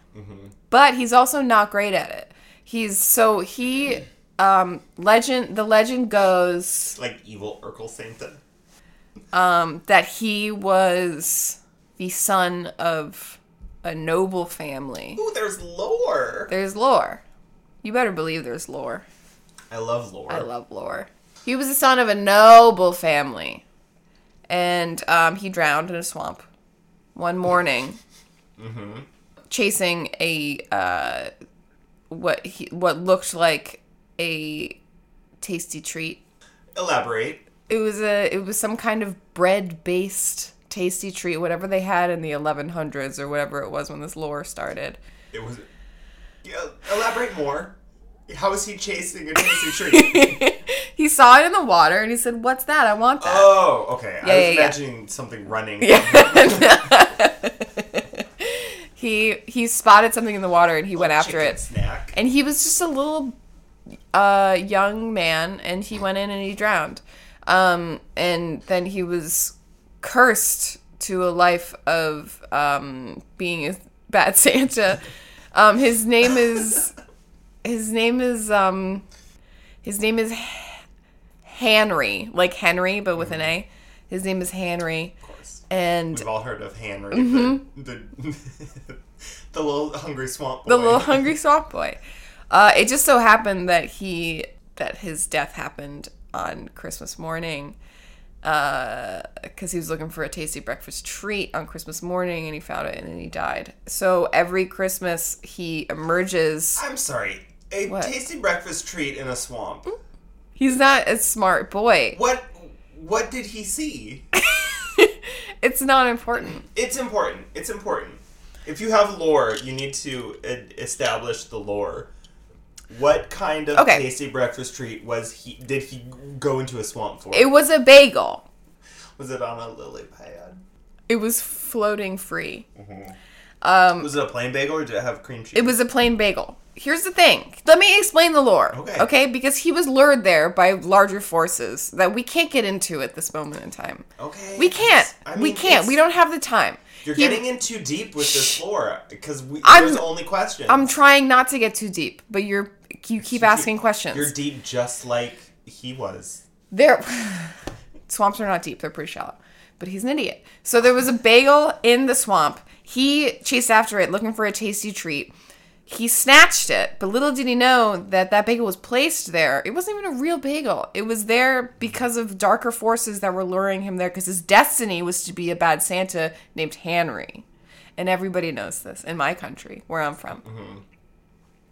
A: But he's also not great at it. He's so he um legend the legend goes
B: Like evil Urkel Santa.
A: um that he was the son of a noble family.
B: Ooh, there's lore.
A: There's lore. You better believe there's lore.
B: I love lore.
A: I love lore. He was the son of a noble family. And um, he drowned in a swamp one morning, chasing a uh, what he, what looked like a tasty treat.
B: Elaborate.
A: It was a it was some kind of bread based tasty treat, whatever they had in the 1100s or whatever it was when this lore started.
B: It was. Yeah, elaborate more. How is he chasing a chasing tree?
A: he saw it in the water and he said, "What's that? I want that."
B: oh, okay. I was
A: Yeah, yeah, yeah.
B: imagining something running.
A: he he spotted something in the water and he went after
B: Chicken
A: it.
B: Snack.
A: And he was just a little uh, young man, and he went in and he drowned. Um, and then he was cursed to a life of um, being a bad Santa. Um, his name is his name is um, his name is Henry, like Henry, but with an A. His name is Henry,
B: Of course.
A: and
B: We've all heard of Henry, the, the, the little hungry swamp boy.
A: Mm-hmm. the little hungry swamp boy. Uh, it just so happened that he that his death happened on Christmas morning because he was looking for a tasty breakfast treat on Christmas morning and he found it and then he died. So every Christmas he emerges.
B: I'm sorry. A
A: What? Mm.
B: tasty breakfast treat in a swamp.
A: He's not a smart boy.
B: What? What did he see?
A: It's not important.
B: It's important. It's important. If you have lore, you need to uh, establish the lore. What kind of
A: Okay.
B: tasty breakfast treat was he? Did he go into a swamp for?
A: It was a bagel.
B: was it on a lily pad?
A: It was floating free.
B: was it a plain bagel or did it have cream cheese?
A: Um, It was a plain bagel. Here's the thing. Let me explain the lore.
B: Okay.
A: Because he was lured there by larger forces that we can't get into at this moment in time.
B: okay.
A: We can't.
B: Oh, I
A: we
B: mean,
A: can't.
B: it's-
A: We don't have the time.
B: You're
A: He-
B: getting in too deep with this lore because we.
A: I'm-
B: there's only questions.
A: I'm trying not to get too deep, but you're you keep asking questions.
B: You're deep, just like he was.
A: there swamps are not deep they're pretty shallow but he's an idiot so there was a bagel in the swamp he chased after it looking for a tasty treat He snatched it, but little did he know that that bagel was placed there. It wasn't even a real bagel. It was there because of darker forces that were luring him there because his destiny was to be a bad Santa named Henry. And everybody knows this in my country, where I'm from,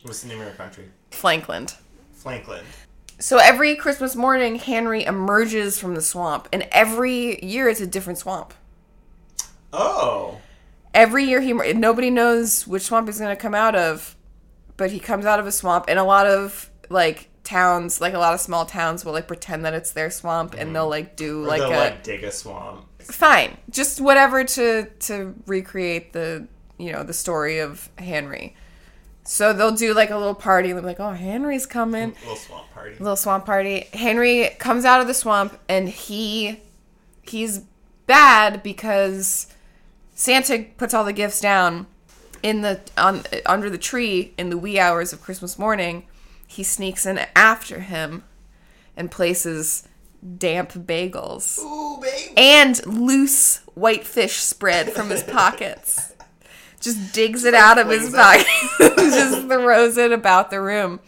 B: What's the name of your country?
A: Flankland.
B: Flankland.
A: So every Christmas morning, Henry emerges from the swamp, and every year it's a different swamp.
B: Oh.
A: every year he nobody knows which swamp he's going to come out of but he comes out of a swamp and a lot of like towns like a lot of small towns will like pretend that it's their swamp and they'll like do like
B: Like
A: a
B: They'll like dig a swamp.
A: fine just whatever to to recreate the you know the story of henry so they'll do like a little party and they'll be like oh henry's coming
B: Little swamp party.
A: little swamp party. Henry comes out of the swamp and he he's bad because Santa puts all the gifts down in the on under the tree in the wee hours of Christmas morning. He sneaks in after him and places damp bagels
B: Ooh, baby.
A: and loose whitefish spread from his pockets. Just digs it out of his
B: flings it.
A: pocket, just throws it about the room.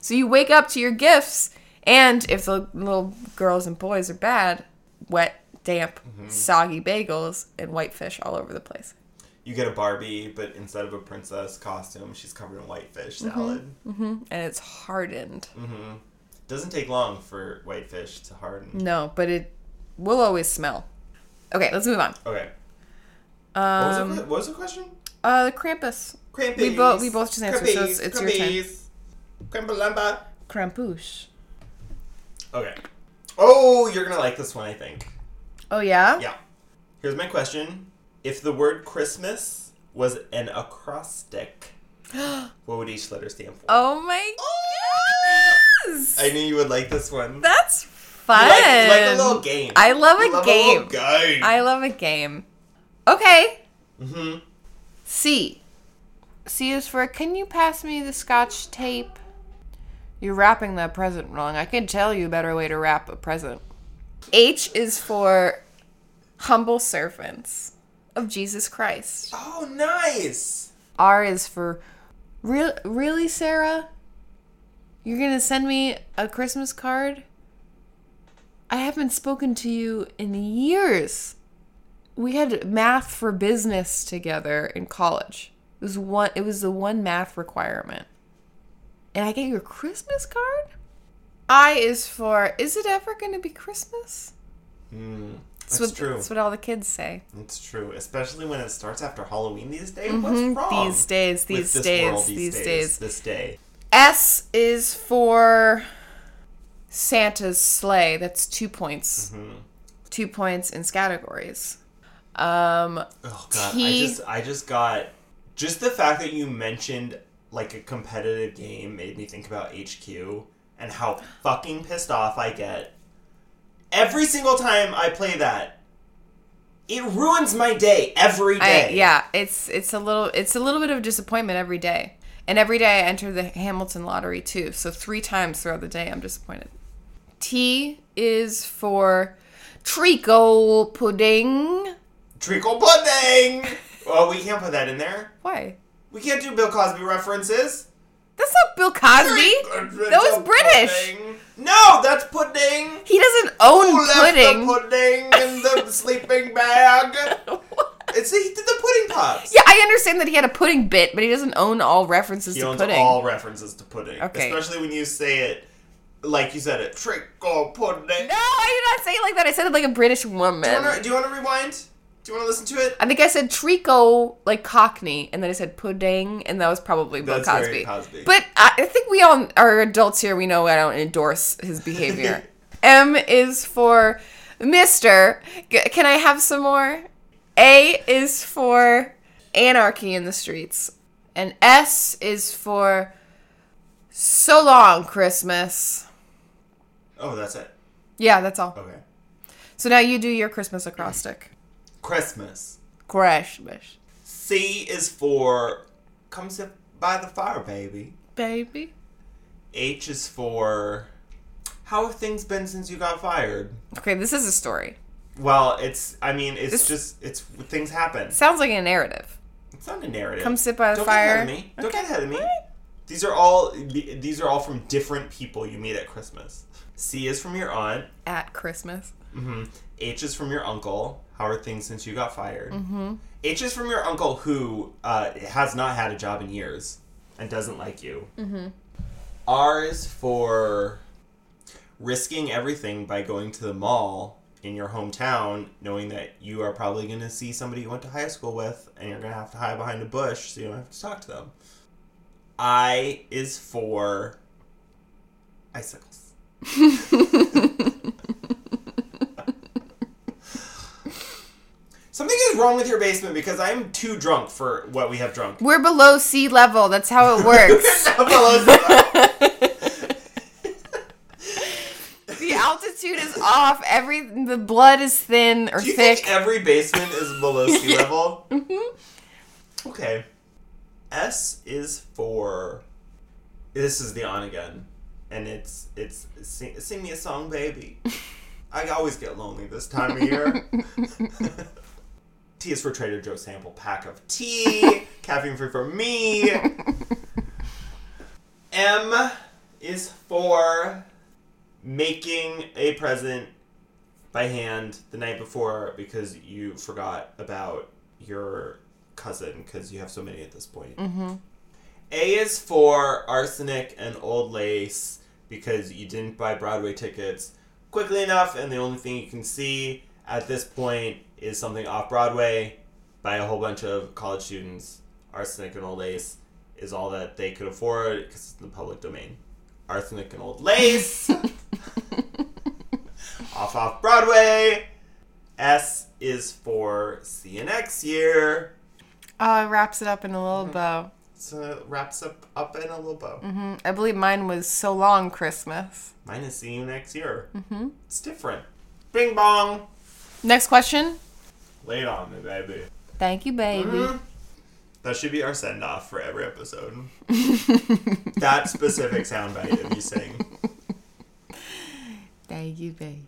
A: So you wake up to your gifts, and if the little girls and boys are bad, wet, damp, soggy bagels and whitefish all over the place.
B: You get a Barbie, but instead of a princess costume, she's covered in whitefish
A: Mm-hmm.
B: salad.
A: And it's hardened.
B: Doesn't take long for whitefish to harden.
A: No, but it will always smell. Okay, let's move on.
B: Okay. what, was
A: Um,
B: the, que- what was the question?
A: uh, Krampus.
B: Krampus.
A: we both- we both just answered, so it's- it's your
B: turn.
A: turn.
B: Krampalamba.
A: Krampus.
B: Okay. Oh, you're gonna like this one, I think.
A: Oh, yeah?
B: Yeah. Here's my question: If the word Christmas was an acrostic, what would each letter stand for?
A: Oh, my goodness!
B: I knew you would like this one.
A: That's fun.
B: Like, like a little game.
A: I love a
B: You love
A: game.
B: A little game.
A: I love a game. Okay.
B: hmm
A: C. C is for can you pass me the scotch tape? You're wrapping that present wrong. I can tell you a better way to wrap a present. H is for humble servants of Jesus Christ.
B: Oh, nice.
A: R is for real really Sarah? You're going to send me a Christmas card? I haven't spoken to you in years. We had math for business together in college. It was one it was the one math requirement. And I get your Christmas card? I is for is it ever going to be Christmas?
B: Mm, that's
A: That's what,
B: true.
A: That's what all the kids say.
B: It's true, especially when it starts after Halloween these days. What's wrong?
A: Mm-hmm. These days,
B: with
A: these
B: this
A: days,
B: world
A: these days.
B: This day.
A: S is for Santa's sleigh. That's two points.
B: Mm-hmm.
A: Two points in categories. Um,
B: Oh god,
A: T-
B: I just I just got just the fact that you mentioned like a competitive game made me think about HQ and how fucking pissed off I get every single time I play that. It ruins my day every day.
A: I, yeah, it's it's a little it's a little bit of disappointment every day. And every day I enter the Hamilton lottery too. So three times throughout the day I'm disappointed. T is for treacle pudding.
B: Treacle pudding. oh, we can't put that in there.
A: Why?
B: We can't do Bill Cosby references.
A: That's not Bill Cosby. That was British.
B: Pudding. No, that's pudding.
A: He doesn't own
B: Who
A: pudding.
B: left the pudding in the sleeping bag? It's he did the pudding pops.
A: Yeah, I understand that he had a pudding bit, but he doesn't own all references
B: He
A: to
B: owns
A: pudding.
B: all references to pudding,
A: Okay.
B: especially when you say it like you said it. Trick or pudding.
A: No, I did not say it like that. I said it like a British woman.
B: Do you wanna- Do you want to rewind? Do you want to listen to it?
A: I think I said treacle like Cockney, and then I said pudding, and that was probably Bill
B: That's
A: Cosby.
B: very Cosby.
A: But I I think we all are adults here. We know I don't endorse his behavior. M is for Mister. G- Can I have some more? A is for anarchy in the streets, and S is for so long Christmas.
B: Oh, that's it.
A: Yeah, that's all.
B: Okay.
A: So now you do your Christmas acrostic.
B: Christmas.
A: Christmas,
B: C is for come sit by the fire, baby.
A: baby.
B: H is for how have things been since you got fired?
A: Okay, this is a story.
B: Well, it's I mean it's
A: This-
B: just it's things happen.
A: Sounds like a narrative.
B: It's not a narrative.
A: Come sit by the
B: Don't Get
A: fire.
B: ahead of me. Don't get ahead of me. These are all these are all from different people you meet at Christmas. C is from your aunt.
A: At Christmas.
B: hmm H is from your uncle. How are things since you got fired? Mm-hmm. H is from your uncle who uh, has not had a job in years and doesn't like you. Mm-hmm. R is for risking everything by going to the mall in your hometown, knowing that you are probably going to see somebody you went to high school with and you're going to have to hide behind a bush so you don't have to talk to them. I is for icicles. Something is wrong with your basement because I'm too drunk for what we have drunk.
A: We're below sea level. That's how it works. the altitude is off. Every the blood is thin or
B: Do you
A: thick.
B: think every basement is below sea level?
A: Mm-hmm.
B: Okay. S is for. This is the on again, and it's it's sing, sing me a song, baby. I always get lonely this time of year. T is for Trader Joe's sample pack of tea, caffeine free for me. M is for making a present by hand the night before because you forgot about your cousin because you have so many at this point. A is for arsenic and old lace because you didn't buy Broadway tickets quickly enough, and the only thing you can see at this point is something off Broadway by a whole bunch of college students. Arsenic and old lace is all that they could afford because it's in the public domain. Arsenic and old lace off off Broadway. S is for see you next year.
A: Oh, it wraps it up in a little bow.
B: So it wraps up up in a little bow.
A: Mm, I believe mine was so long Christmas.
B: Mine is see you next year. Mm-hmm. It's different. Bing bong.
A: Next question.
B: Lay it on me, baby.
A: Thank you, baby.
B: That should be our send off for every episode. that specific soundbite of you saying.
A: Thank you, baby.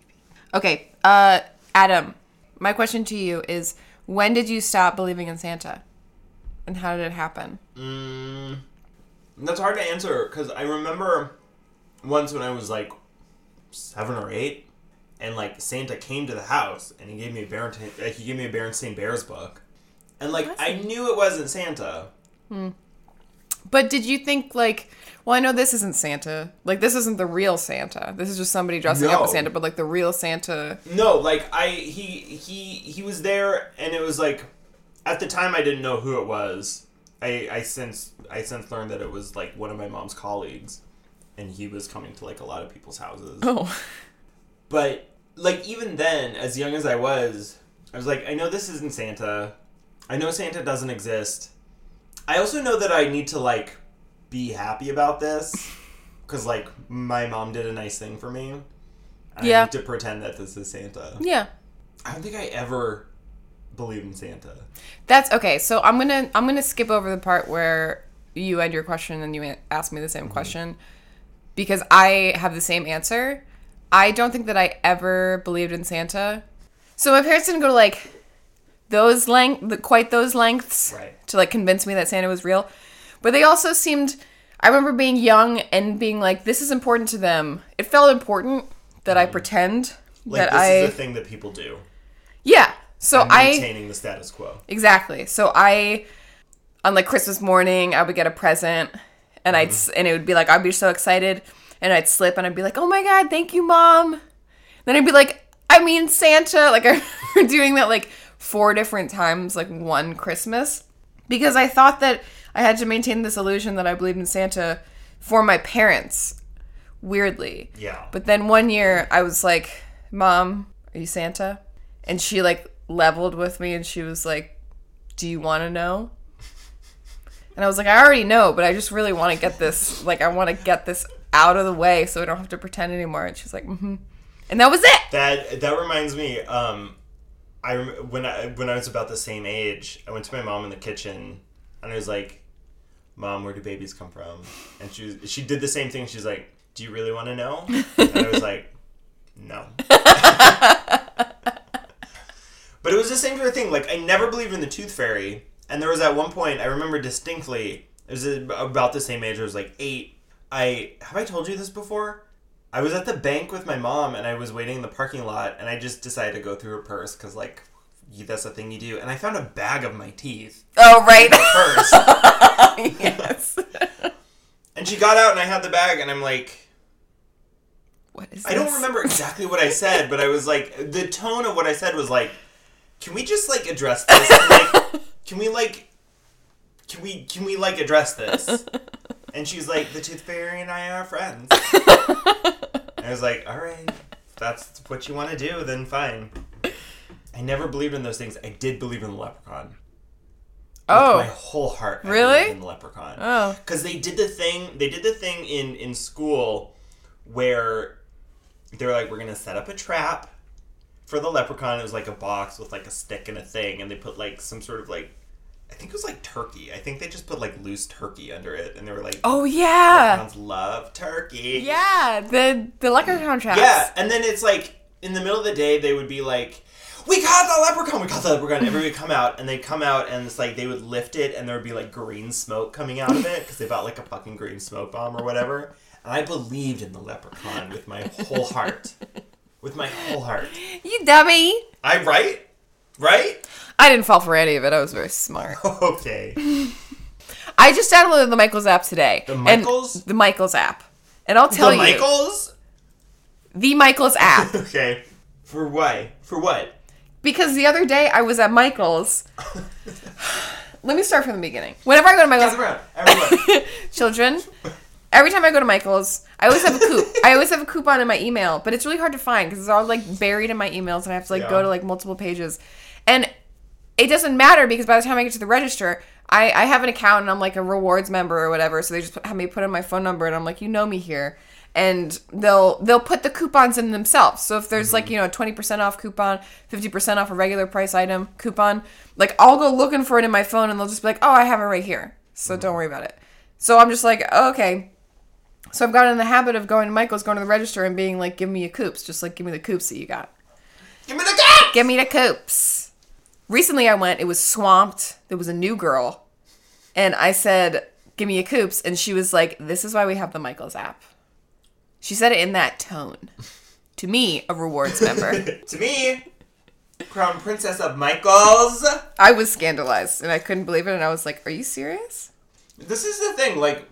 A: Okay, uh, Adam, my question to you is: When did you stop believing in Santa, and how did it happen?
B: Mm, that's hard to answer because I remember once when I was like seven or eight, and like Santa came to the house and he gave me a Berenstain, like, he gave me a Berenstain Bears book, and like I knew it wasn't Santa.
A: But did you think like, well, I know this isn't Santa. Like this isn't the real Santa. This is just somebody dressing up
B: No.
A: as Santa, but like the real Santa.
B: No, like I he he he was there, and it was like at the time I didn't know who it was. I I since I since learned that it was like one of my mom's colleagues, and he was coming to like a lot of people's houses.
A: Oh.
B: But like even then, as young as I was, I was like, I know this isn't Santa. I know Santa doesn't exist. I also know that I need to like be happy about this because like my mom did a nice thing for me. And
A: Yeah.
B: I need to pretend that this is Santa.
A: Yeah.
B: I don't think I ever believed in Santa.
A: That's okay. So I'm gonna I'm gonna skip over the part where you end your question and you an- ask me the
B: Mm-hmm.
A: same question because I have the same answer. I don't think that I ever believed in Santa. So my parents didn't go to like those length quite those lengths
B: Right.
A: to like convince me that Santa was real. But they also seemed I remember being young and being like this is important to them. It felt important that I pretend
B: Mm-hmm. Like
A: that
B: this
A: I
B: is a thing that people do.
A: Yeah. So I
B: Maintaining the status quo.
A: Exactly. So I, on like Christmas morning, I would get a present, and I'd s and it would be like I'd be so excited, and I'd slip, and I'd be like, "Oh my god, thank you, mom." Then I'd be like, "I mean Santa." Like I remember doing that like four different times, like one Christmas, because I thought that I had to maintain this illusion that I believed in Santa for my parents. Weirdly,
B: Yeah.
A: but then one year I was like, Mom, are you Santa? And she like leveled with me and she was like, Do you want to know? And I was like, I already know, but I just really want to get this, like, I want to get this out of the way so I don't have to pretend anymore. And she's like, Mm hmm. And that was it.
B: That that reminds me. Um, I rem- when I when I was about the same age, I went to my mom in the kitchen, and I was like, "Mom, where do babies come from?" And she was, she did the same thing. She's like, "Do you really want to know?" And I was like, "No." but it was the same sort of thing. Like I never believed in the tooth fairy. And there was at one point I remember distinctly. It was about the same age. I was like eight. I have I told you this before. I was at the bank with my mom and I was waiting in the parking lot and I just decided to go through her purse because like you- that's a thing you do. And I found a bag of my teeth
A: Oh, right.
B: in her purse.
A: yes.
B: and she got out and I had the bag and I'm like.
A: What is
B: I don't
A: this?
B: remember exactly what I said, but I was like, the tone of what I said was like, can we just like address this? And, like, can we like, can we can we like address this? And she's like, the tooth fairy and I are friends. And I was like, all right, if that's what you want to do, then fine. I never believed in those things. I did believe in the leprechaun. With my
A: Oh.
B: whole heart. I
A: Really?
B: believed in the leprechaun
A: Oh.
B: because they did the thing they did the thing in in school where they're like we're gonna set up a trap for the leprechaun it was like a box with like a stick and a thing and they put like some sort of like i think it was like turkey i think they just put like loose turkey under it and they were like
A: Oh yeah.
B: leprechauns love turkey
A: Yeah. The the leprechaun traps.
B: yeah and then it's like in the middle of the day they would be like we caught the leprechaun we caught the leprechaun everybody would come out and they'd come out and it's like they would lift it and there would be like green smoke coming out of it because they bought like a fucking green smoke bomb or whatever and i believed in the leprechaun with my whole heart with my whole heart
A: You dummy.
B: i right right
A: I didn't fall for any of it. I was very smart.
B: okay
A: I just downloaded the Michaels app today.
B: The
A: and-
B: Michaels?
A: the Michaels app. And I'll tell
B: the
A: you.
B: michaels
A: The Michaels app.
B: okay for why for what
A: Because the other day I was at Michael's. Let me start from the beginning. Whenever I go to
B: Guys
A: Michael's,
B: around, everyone.
A: children, every time I go to Michael's, I always have a coup. I always have a coupon in my email, but it's really hard to find because it's all like buried in my emails, and I have to like
B: Yeah.
A: go to like multiple pages. And it doesn't matter because by the time I get to the register, I, I have an account and I'm like a rewards member or whatever. So they just have me put in my phone number and I'm like, you know me here. And they'll they'll put the coupons in themselves. So if there's like you know a twenty percent off coupon, fifty percent off a regular price item coupon, like I'll go looking for it in my phone and they'll just be like, oh, I have it right here. So don't worry about it. So I'm just like, oh, okay. So I've gotten in the habit of going to Michael's, going to the register, and being like, give me a coops, just like give me the coops that you got.
B: Give me the cat!
A: Give me the coops. Recently, I went. It was swamped. There was a new girl, and I said, "Give me a coops," and she was like, "This is why we have the Michaels app." She said it in that tone. To me, a rewards member,
B: to me, Crown Princess of Michaels.
A: I was scandalized and I couldn't believe it. And I was like, "Are you serious?"
B: This is the thing, like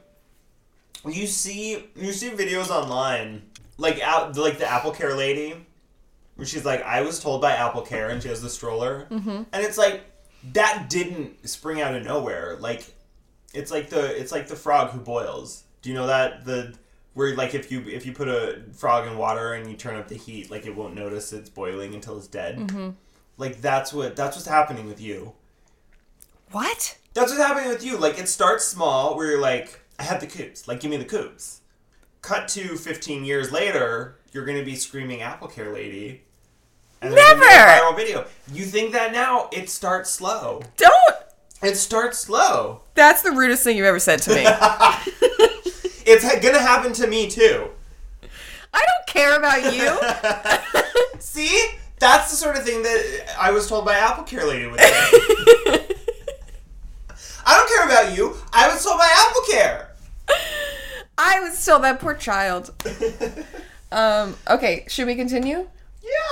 B: you see you see videos online, like out like the Apple Care lady, where she's like, I was told by Apple Care and she has the stroller. Mm-hmm. And it's like that didn't spring out of nowhere. Like it's like the it's like the frog who boils. Do you know that? The where like if you if you put a frog in water and you turn up the heat, like it won't notice it's boiling until it's dead. Like that's what that's what's happening with you.
A: What?
B: That's what's happening with you. Like, it starts small where you're like, I have the coops. Like, give me the coops. Cut to 15 years later, you're going to be screaming Apple Care Lady. And there's gonna be a
A: Never!
B: viral video. You think that now, it starts slow.
A: Don't.
B: It starts slow.
A: That's the rudest thing you've ever said to me.
B: It's going to happen to me, too.
A: I don't care about you.
B: See? That's the sort of thing that I was told by Apple Care Lady would say. I don't care about you. I was told by Apple Care.
A: I was still that poor child. Um, okay, should we continue?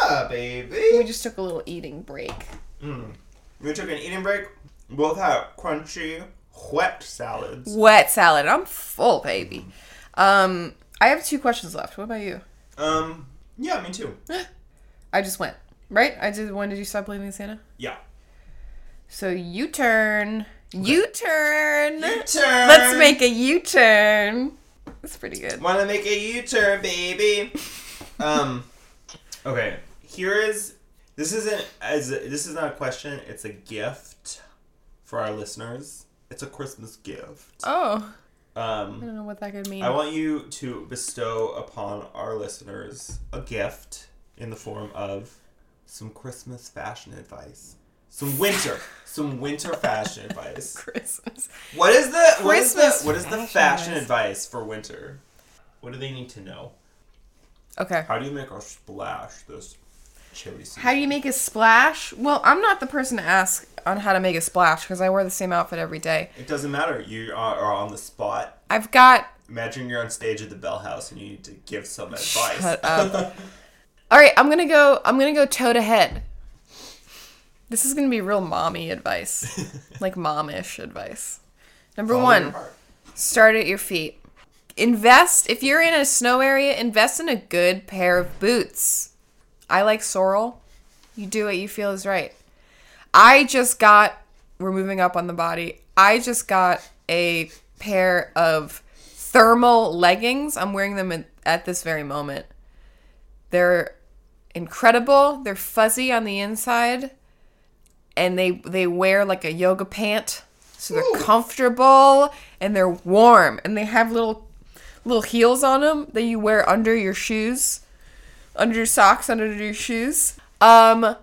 B: Yeah, baby.
A: We just took a little eating break.
B: We took an eating break. Both had crunchy, wet salads.
A: Wet salad. I'm full, baby. Um, I have two questions left. What about you?
B: Um, yeah, me too.
A: I just went right. I did. When did you stop believing in Santa?
B: Yeah.
A: So you turn. U turn.
B: U-turn.
A: Let's make a U turn. That's pretty good.
B: Wanna make a U-turn, baby? um, okay. Here is this isn't as this is not a question. It's a gift for our listeners. It's a Christmas gift.
A: Oh, I
B: Um,
A: don't know what that could mean.
B: I want you to bestow upon our listeners a gift in the form of some Christmas fashion advice. Some winter, some winter fashion advice.
A: Christmas.
B: What is the what is the
A: Christmas
B: what is the
A: fashion
B: fashion
A: advice.
B: advice for winter? What do they need to know?
A: Okay.
B: How do you make a splash this Cherry soup.
A: How do you make a splash? Well, I'm not the person to ask on how to make a splash because I wear the same outfit every day.
B: It doesn't matter. You are, are on the spot.
A: I've got.
B: Imagine you're on stage at the Bell House and you need to give some advice.
A: Shut up. All right, I'm gonna go. I'm gonna go toe to head. This is gonna be real mommy advice, like momish advice. Number
B: Follow
A: one.
B: your heart.
A: Start at your feet. Invest, if you're in a snow area, invest in a good pair of boots. I like sorrel. You do what you feel is right. I just got, we're moving up on the body. I just got a pair of thermal leggings. I'm wearing them in, at this very moment. They're incredible. They're fuzzy on the inside and they they wear like a yoga pant so they're comfortable and they're warm and they have little little heels on them that you wear under your shoes under your socks under your shoes um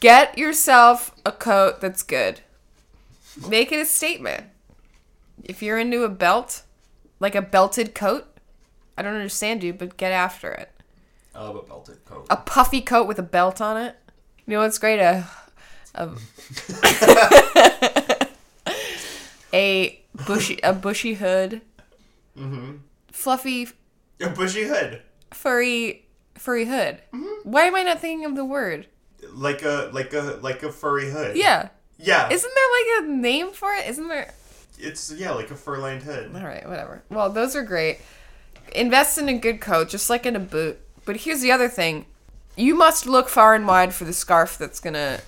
A: get yourself a coat that's good make it a statement if you're into a belt like a belted coat i don't understand you but get after it
B: I love a belted coat.
A: a puffy coat with a belt on it. You know what's great? A a, a bushy a bushy hood. Fluffy,
B: A bushy hood.
A: furry, furry hood. Why am I not thinking of the word?
B: Like a like a like a furry hood.
A: Yeah.
B: Yeah.
A: Isn't there like a name for it? Isn't there?
B: It's yeah, like a fur lined hood.
A: All right, whatever. Well, those are great. Invest in a good coat, just like in a boot. But here's the other thing you must look far and wide for the scarf that's going to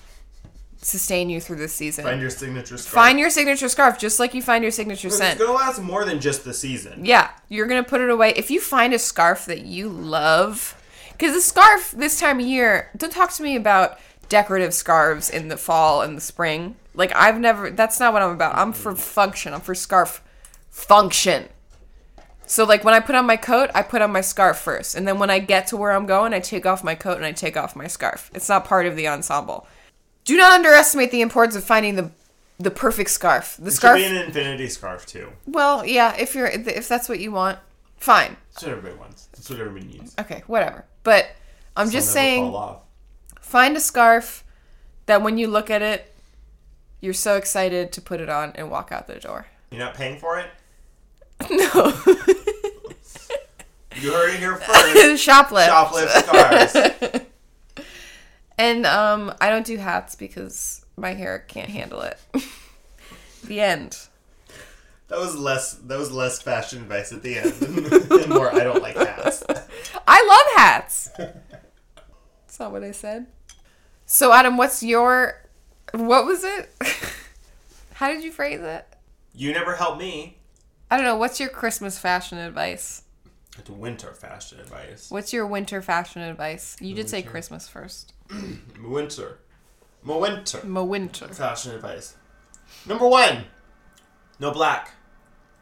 A: sustain you through this season.
B: Find your signature scarf.
A: Find your signature scarf, just like you find your signature
B: It's
A: scent.
B: gonna last more than just the season.
A: Yeah, you're gonna put it away. If you find a scarf that you love, because the scarf this time of year, don't talk to me about decorative scarves in the fall and the spring. Like I've never. That's not what I'm about. I'm for function. I'm for scarf function. So like when I put on my coat, I put on my scarf first, and then when I get to where I'm going, I take off my coat and I take off my scarf. It's not part of the ensemble. Do not underestimate the importance of finding the the perfect scarf. The
B: It should
A: scarf.
B: be an infinity scarf too.
A: Well, yeah, if you're if that's what you want, fine.
B: That's what everybody wants. That's what everybody needs.
A: Okay, whatever. But I'm just
B: They'll never
A: saying
B: fall off.
A: find a scarf that when you look at it, you're so excited to put it on and walk out the door.
B: You're not paying for it.
A: No.
B: You heard it here first.
A: Shoplift.
B: Shoplift scarves.
A: And um I don't do hats because my hair can't handle it. the end.
B: That was less. That was less fashion advice at the end, and more. I don't like hats.
A: I love hats. That's not what I said. So Adam, what's your what was it? How did you phrase it?
B: You never help me.
A: I don't know. What's your Christmas fashion advice?
B: It's winter fashion advice.
A: What's your winter fashion advice? You did say Christmas first.
B: Winter. My winter.
A: My winter.
B: Fashion advice. Number one. No black.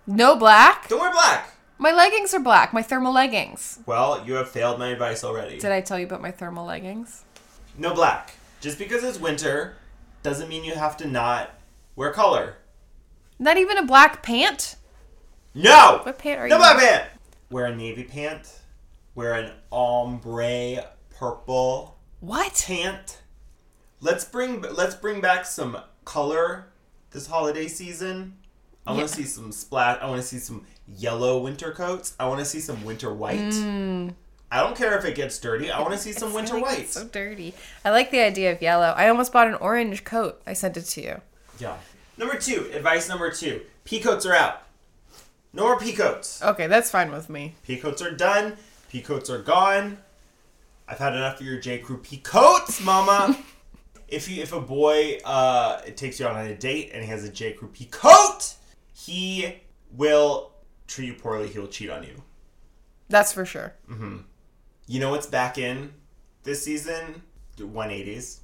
A: No black.
B: Don't wear black.
A: My leggings are black. My thermal leggings.
B: Well, you have failed my advice already.
A: Did I tell you about my thermal leggings?
B: No black. Just because it's winter doesn't mean you have to not wear color.
A: Not even a black pant.
B: No!
A: What pant are
B: No
A: you?
B: black pant! Wear a navy pant. Wear an ombre purple
A: What?
B: pant. Let's bring let's bring back some color this holiday season. I want
A: Yeah.
B: to see some splat. I want to see some yellow winter coats. I want to see some winter white. I don't care if it gets dirty. I want to see some winter
A: I feel like
B: white.
A: Mm. it's So dirty. I like the idea of yellow. I almost bought an orange coat. I sent it to you.
B: Yeah. Number two, advice number two. Peacoats are out. No more peacoats.
A: Okay, that's fine with me.
B: Peacoats are done. Peacoats are gone. I've had enough of your J. Crew peacoats, mama. if you if a boy uh takes you out on a date and he has a J. Crew peacoat, he will treat you poorly, he will cheat on you.
A: That's for sure.
B: You know what's back in this season? The 180s.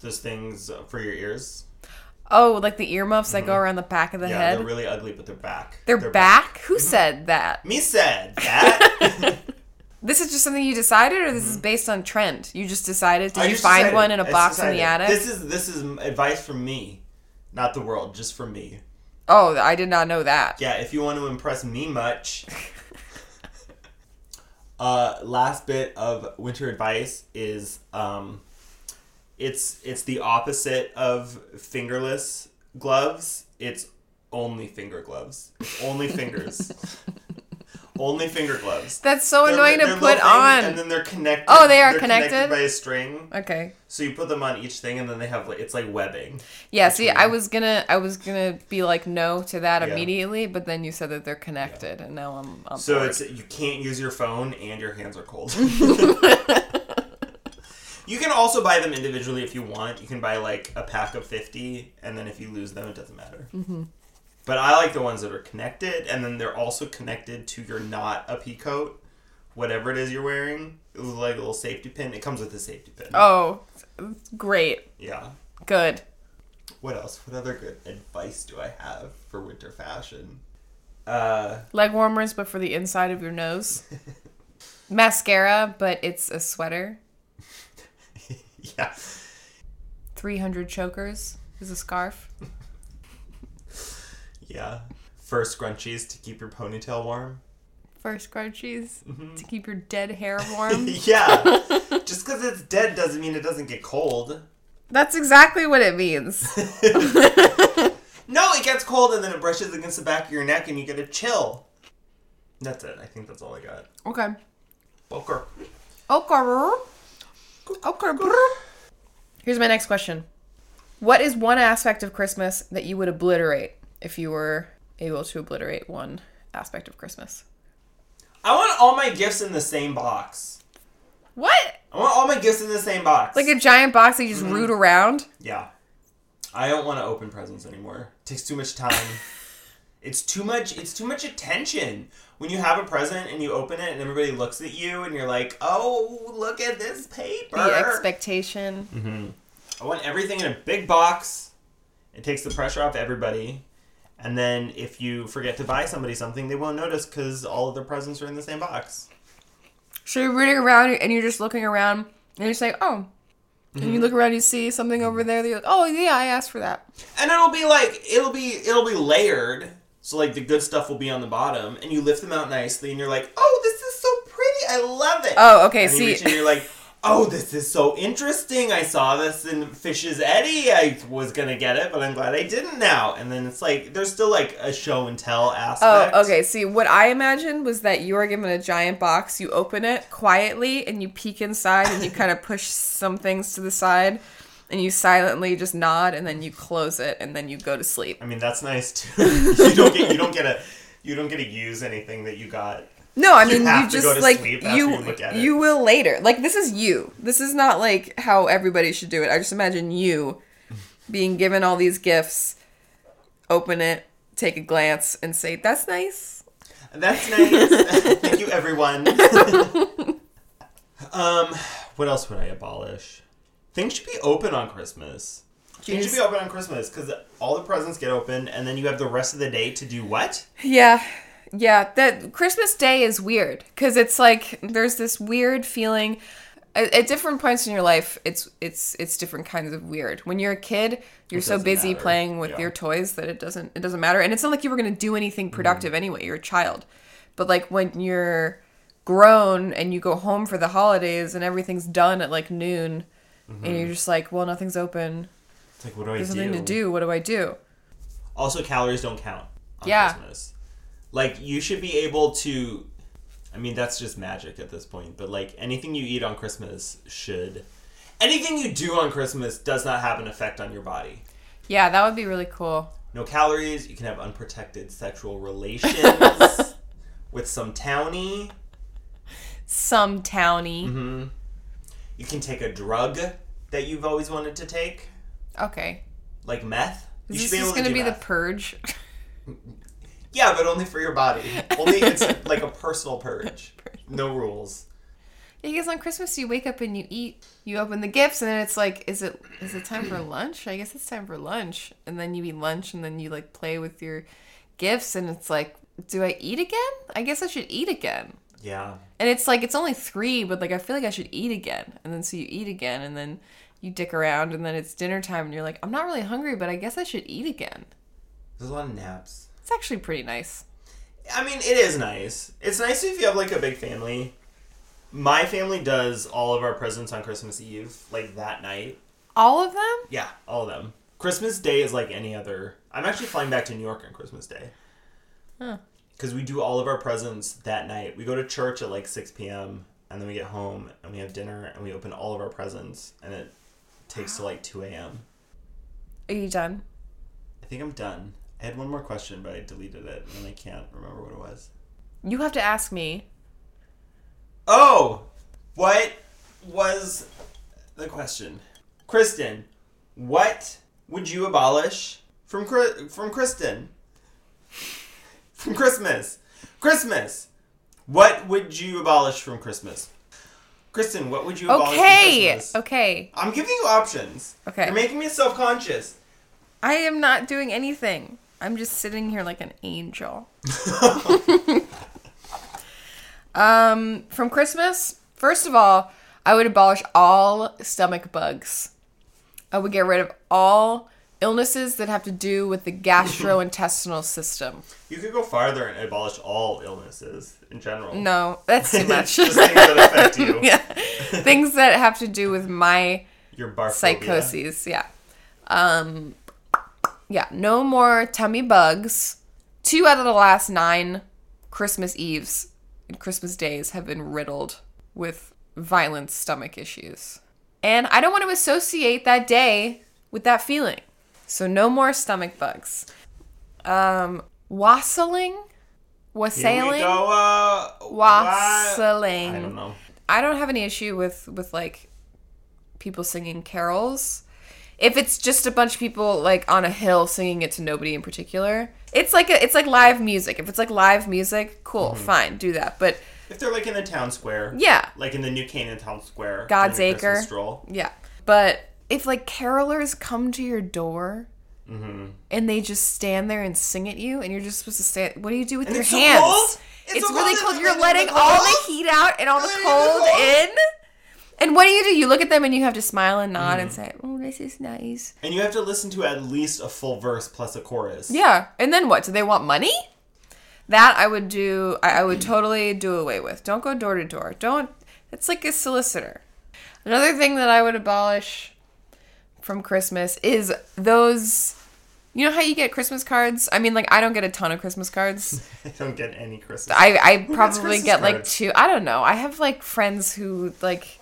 B: Those things for your ears.
A: Oh, like the earmuffs that go around the back of the
B: Mm-hmm. Yeah,
A: head.
B: they're really ugly, but they're back.
A: They're, back? Who said that?
B: Me said that.
A: This is just something you decided, or this is based on trend? You just decided? Did
B: Mm-hmm. I
A: you
B: just
A: find
B: decided.
A: one in a
B: I just
A: box in the
B: decided.
A: attic?
B: This is this is advice from me, not the world, just from me.
A: Oh, I did not know that.
B: Yeah, if you want to impress me much, Uh, last bit of winter advice is um, it's it's the opposite of fingerless gloves. It's only finger gloves. It's only fingers. only finger gloves.
A: That's so
B: They're-
A: annoying
B: they're
A: to put
B: little things,
A: on.
B: and then they're connected.
A: Oh, they are
B: they're
A: connected?
B: by a string.
A: okay.
B: So you put them on each thing, and then they have like it's like webbing.
A: Yeah, see, I was gonna, I was gonna be like no to that
B: Yeah.
A: immediately, but then you said that they're connected, and now I'm. I'm
B: So it's you can't use your phone, and your hands are cold. you can also buy them individually if you want. You can buy like a pack of fifty, and then if you lose them, it doesn't matter. But I like the ones that are connected, and then they're also connected to your not a peacoat, whatever it is you're wearing. It was like a little safety pin. It comes with a safety pin.
A: oh, great,
B: Yeah.
A: good.
B: What else? What other good advice do I have for winter fashion? Uh,
A: Leg warmers, but for the inside of your nose. Mascara, but it's a sweater.
B: yeah.
A: Three hundred chokers is a scarf.
B: Yeah. Fur scrunchies to keep your ponytail warm.
A: Fur scrunchies
B: Mm-hmm.
A: to keep your dead hair warm.
B: yeah. Just because it's dead doesn't mean it doesn't get cold.
A: That's exactly what it means.
B: No, it gets cold and then it brushes against the back of your neck and you get a chill. That's it. I think that's all I got.
A: okay.
B: Boker.
A: Okay. brr. Okay. brr. Here's my next question. What is one aspect of Christmas that you would obliterate if you were able to obliterate one aspect of Christmas?
B: I want all my gifts in the same box.
A: What?
B: I want all my gifts in the same box.
A: Like a giant box that you just root around?
B: Yeah. I don't want to open presents anymore. takes too much time. it's too much it's too much attention. When you have a present and you open it and everybody looks at you and you're like, "Oh, look at this paper."
A: The expectation.
B: I want everything in a big box. It takes the pressure off everybody. And then if you forget to buy somebody something, they won't notice cuz all of their presents are in the same box.
A: So you're rooting around and you're just looking around and you're just like, oh. And you look around, you see something over there that you're like, oh, yeah, I asked for that.
B: And it'll be like it'll be it'll be layered. So like the good stuff will be on the bottom, and you lift them out nicely, and you're like, "Oh, this is so pretty! I love it."
A: Oh, okay,
B: And you
A: see-
B: reach in, you're like, "Oh, this is so interesting! I saw this in Fish's Eddy. I was gonna get it, but I'm glad I didn't now." And then it's like there's still like a show and tell aspect.
A: Oh, okay. See, what I imagined was that you are given a giant box, you open it quietly, and you peek inside, and you kind of push some things to the side, and you silently just nod, and then you close it, and then you go to sleep.
B: I mean that's nice too. you don't get you don't get a you don't get to use anything that you got.
A: No, I mean you,
B: have to
A: just
B: go to
A: like
B: sleep after
A: you
B: you look at it.
A: you will later. Like this is you. This is not like how everybody should do it. I just imagine you being given all these gifts, open it, take a glance, and say, "That's nice."
B: That's nice. Thank you, everyone. um, what else would I abolish? Things should be open on Christmas. Things should be open on Christmas because all the presents get opened, and then you have the rest of the day to do what?
A: Yeah. Yeah, that Christmas Day is weird because it's like there's this weird feeling. At, at different points in your life, it's it's it's different kinds of weird. When you're a kid, you're so
B: doesn't
A: busy
B: matter.
A: playing with
B: Yeah. Mm-hmm.
A: your toys that it doesn't it doesn't matter. And it's not like you were gonna do anything productive anyway. You're a child, but like when you're grown and you go home for the holidays and everything's done at like noon, and you're just like, well, nothing's open.
B: It's like, Mm-hmm. what do I
A: There's
B: do?
A: nothing to do. What do I do?
B: Also, calories don't count on
A: Yeah.
B: Christmas. Like, you should be able to. I mean, that's just magic at this point, but like anything you eat on Christmas should. Anything you do on Christmas does not have an effect on your body.
A: Yeah, that would be really cool.
B: No calories. You can have unprotected sexual relations with some townie.
A: Some townie.
B: You can take a drug that you've always wanted to take,
A: Okay,
B: like meth. you
A: Is this just
B: to
A: gonna
B: do
A: be the
B: meth.
A: purge?
B: yeah, but only for your body. Only it's like a personal purge. No rules.
A: because on Christmas you wake up and you eat, you open the gifts, and then it's like, is it is it time for lunch? I guess it's time for lunch, and then you eat lunch, and then you like play with your gifts, and it's like, do I eat again? I guess I should eat again.
B: Yeah.
A: And it's like it's only three, but like I feel like I should eat again, and then so you eat again, and then you dick around, and then it's dinner time, and you're like, I'm not really hungry, but I guess I should eat again.
B: There's a lot of naps.
A: It's actually pretty nice.
B: I mean, it is nice. It's nice if you have like a big family My family does all of our presents on Christmas Eve, like that night.
A: All of them?
B: Yeah, all of them. Christmas Day is like any other. I'm actually flying back to New York on Christmas Day.
A: Huh.
B: Because we do all of our presents that night. We go to church at like 6 p.m. and then we get home and we have dinner and we open all of our presents and it takes to like 2 a.m.
A: Are you done?
B: I think I'm done. I had one more question, but I deleted it and I can't remember what it was.
A: You have to ask me.
B: Oh, what was the question? Kristen, what would you abolish from Chri- from Kristen? From Christmas. Christmas. What would you abolish from Christmas? Kristen, what would you abolish from
A: Okay.
B: Christmas?
A: Okay.
B: I'm giving you options.
A: Okay.
B: You're making me self-conscious.
A: I am not doing anything. I'm just sitting here like an angel. um, from Christmas, first of all, I would abolish all stomach bugs. I would get rid of all illnesses that have to do with the gastrointestinal system.
B: You could go farther and abolish all illnesses in general.
A: No, that's too much.
B: Just things that affect you.
A: yeah. Things that have to do with my
B: Your barphobia.
A: psychoses. Yeah. Um, yeah. No more tummy bugs. Two out of the last nine Christmas Eves and Christmas days have been riddled with violent stomach issues. And I don't want to associate that day with that feeling. So no more stomach bugs. Um, wassailing?
B: Here we
A: Wassailing?
B: go. Uh, wa-
A: Wassailing.
B: I don't know.
A: I don't have any issue with with like people singing carols. If it's just a bunch of people like on a hill singing it to nobody in particular, it's like a, it's like live music. If it's like live music, cool, fine, do that. But
B: If they're like in the town square.
A: yeah,
B: Like in the New Canaan town square.
A: God's
B: during the
A: Acre.
B: Christmas Stroll.
A: yeah. But if like carolers come to your door
B: Mm-hmm.
A: and they just stand there and sing at you, and you're just supposed to say, "What do you do with
B: And
A: your
B: it's so
A: hands?"
B: cold.
A: It's,
B: It's so
A: really
B: cold.
A: cold.
B: It's
A: You're
B: like-
A: letting all the heat out and all the
B: Really
A: cold
B: cold.
A: in. And what do you do? You look at them and you have to smile and nod
B: Mm.
A: and say, "Oh, this is nice."
B: And you have to listen to at least a full verse plus a chorus.
A: Yeah. And then what? Do they want money? That I would do. I, I would totally do away with. Don't go door to door. Don't. It's like a solicitor. Another thing that I would abolish from Christmas is those. You know how you get Christmas cards? I mean, like I don't get a ton of Christmas cards.
B: I don't get any Christmas.
A: I I probably
B: Christmas
A: get like
B: cards?
A: two. I don't know. I have like friends who like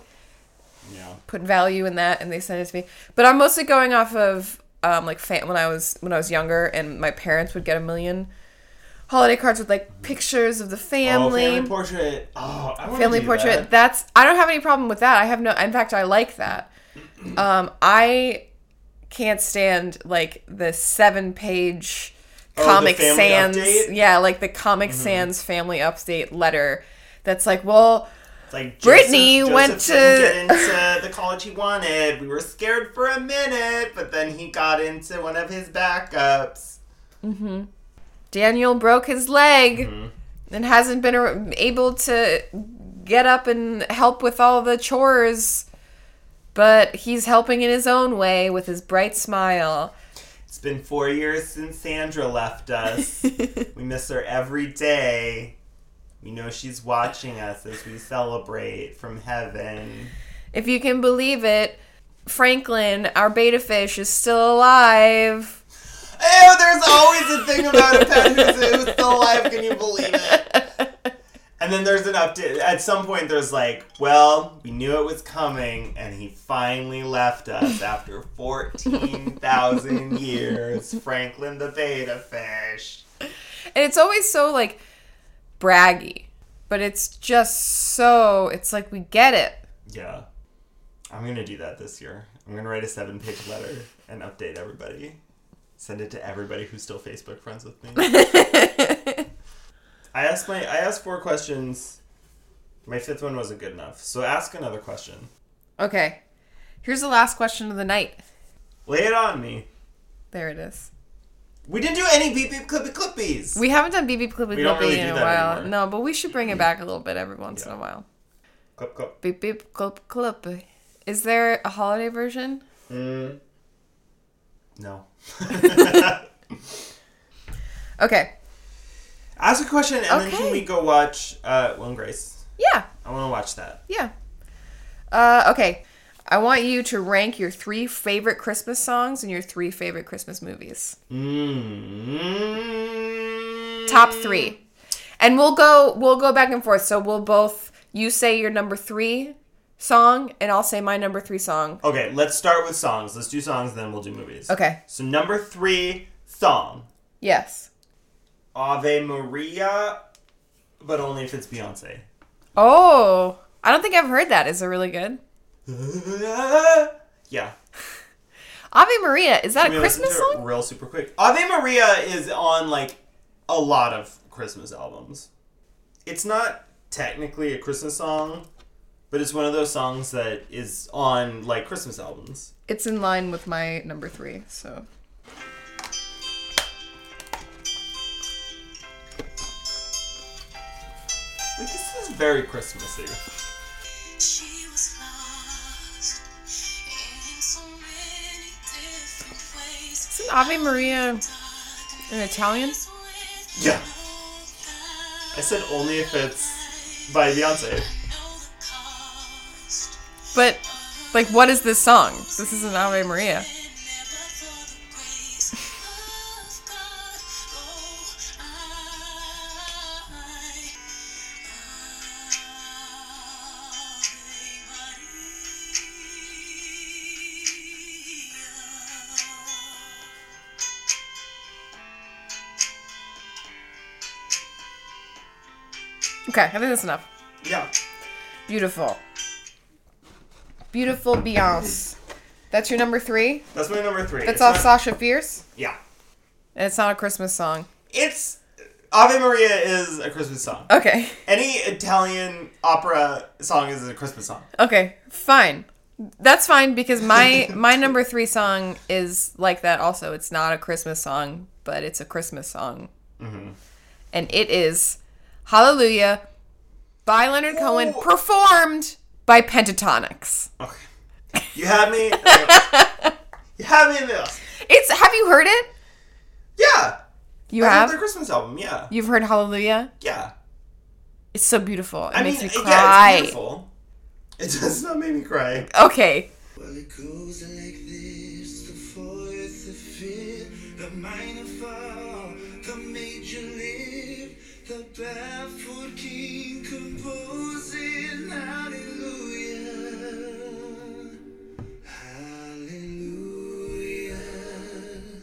B: yeah.
A: put value in that and they sent it to me. But I'm mostly going off of um, like fan- when I was when I was younger and my parents would get a million holiday cards with like pictures of the
B: Oh, family
A: family, family,
B: portrait. Oh, I want do
A: portrait.
B: That.
A: That's I don't have any problem with that. I have no. In fact, I like that. Um, I can't stand like the seven page.
B: Oh, the
A: Comic
B: family
A: Sans,
B: update?
A: yeah, like the Comic
B: Mm-hmm.
A: Sans family update letter. That's like, well,
B: It's like
A: Brittany
B: Joseph,
A: went
B: Joseph didn't
A: to-
B: get into the college he wanted. We were scared for a minute, but then he got into one of his backups.
A: Daniel broke his leg and hasn't been ar- able to get up and help with all the chores, but he's helping in his own way with his bright smile.
B: It's been four years since Sandra left us. We miss her every day. We know she's watching us as we celebrate from heaven.
A: if you can believe it, Franklin, our beta fish, is still alive.
B: Oh, there's always a thing about a pet who's, who's still alive. Can you believe it? And then there's an update. At some point, there's like, well, we knew it was coming, and he finally left us after 14,000 years. Franklin the beta fish.
A: And it's always so like braggy, but it's just so, it's like we get it.
B: Yeah. I'm going to do that this year. I'm going to write a seven page letter and update everybody. Send it to everybody who's still Facebook friends with me. I asked my I asked four questions. My fifth one wasn't good enough. So ask another question.
A: okay, here's the last question of the night.
B: Lay it on me.
A: There it is.
B: We didn't do any beep beep clippy clippies.
A: We haven't done BB Clippy
B: We don't
A: Clippy
B: really
A: in
B: do
A: a
B: that
A: while.
B: anymore.
A: No, but we should bring it back a little bit every once in a while.
B: clip clip.
A: Beep beep clip clippy. Is there a holiday version?
B: Mm. No.
A: Okay.
B: ask a question and then
A: Okay.
B: can we go watch uh Will and Grace?
A: Yeah,
B: I want to watch that.
A: yeah. Uh, okay, I want you to rank your three favorite Christmas songs and your three favorite Christmas movies.
B: mm
A: Top three, and we'll go we'll go back and forth. So we'll both you say your number three song, and I'll say my number three song.
B: Okay, let's start with songs. Let's do songs, then we'll do movies.
A: Okay.
B: So number three song
A: Yes.
B: Ave Maria, but only if it's Beyonce.
A: Oh, I don't think I've heard that. Is it really good?
B: yeah.
A: Ave Maria, is that
B: Can
A: a
B: we listen
A: Christmas
B: to it
A: song?
B: real super quick. Ave Maria is on like a lot of Christmas albums. It's not technically a Christmas song, but it's one of those songs that is on like Christmas albums.
A: It's in line with my number three, so.
B: Like this is very Christmassy.
D: She was lost in so many different ways.
A: Isn't Ave Maria in Italian?
B: Yeah. I said only if it's by Beyonce.
A: But, like, what is this song? This isn't Ave Maria. Okay, I think that's enough.
B: Yeah.
A: Beautiful. Beautiful Beyonce. That's your number three?
B: That's my number three.
A: That's
B: It's
A: off
B: not-
A: Sasha Fierce?
B: Yeah.
A: And it's not a Christmas song.
B: It's Ave Maria is a Christmas song.
A: Okay.
B: Any Italian opera song is a Christmas song.
A: Okay, fine. That's fine because my my number three song is like that. Also, it's not a Christmas song, but it's a Christmas song,
B: Mm-hmm.
A: and it is "Hallelujah" by Leonard Cohen,
B: Ooh.
A: performed by Pentatonics.
B: Okay. You had me. you had me in this.
A: It's have you heard it?
B: Yeah.
A: You
B: I heard
A: have.
B: their Christmas album. Yeah.
A: You've heard "Hallelujah."
B: Yeah.
A: It's so beautiful. It
B: I
A: makes
B: mean,
A: me
B: it- yeah, it's
A: cry.
B: beautiful. It does not make me cry.
A: okay,
E: Well, it goes like this the fourth, the fifth, the minor fall, the major lift, the barefoot king composing hallelujah. Hallelujah.